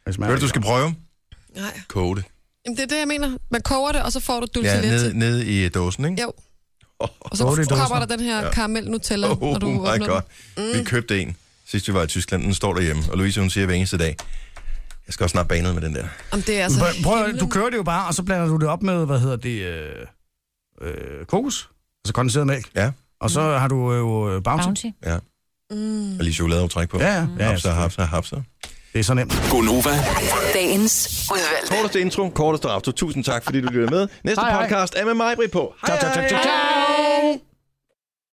Speaker 2: Åh,
Speaker 5: Ved du, du skal prøve?
Speaker 2: nej.
Speaker 5: Koge det.
Speaker 2: Jamen, det er det, jeg mener. Man koger det, og så får du dulce
Speaker 5: Ja,
Speaker 2: leche.
Speaker 5: nede, nede i dåsen, ikke?
Speaker 2: Jo.
Speaker 5: Og
Speaker 2: så kommer der den her karamel Nutella,
Speaker 5: oh,
Speaker 2: når du
Speaker 5: my
Speaker 2: åbner
Speaker 5: God.
Speaker 2: den.
Speaker 5: Mm. Vi købte en, sidst vi var i Tyskland. Den står derhjemme, og Louise hun siger hver eneste dag, jeg skal også snart banet med den der.
Speaker 2: Om det er
Speaker 3: Altså,
Speaker 2: altså
Speaker 3: prøv, prøv, du kører det jo bare, og så blander du det op med, hvad hedder det, øh, øh, kokos, altså kondenseret mælk.
Speaker 5: Ja.
Speaker 3: Og så har du jo øh, bounty. bounty.
Speaker 5: Ja.
Speaker 2: Mm.
Speaker 5: Og lige chokoladeoptræk på.
Speaker 3: Ja, ja. Ja,
Speaker 5: Hapser, hapser, hapser.
Speaker 3: Det er så nemt.
Speaker 5: Gonova.
Speaker 7: Dagens udvalgte.
Speaker 1: Korteste intro, korteste aften. Tusind tak, fordi du lyttede med. Næste
Speaker 7: Hej, hej.
Speaker 1: podcast er med mig, Britt, på. Hej, hej.
Speaker 7: tak, tak, tak.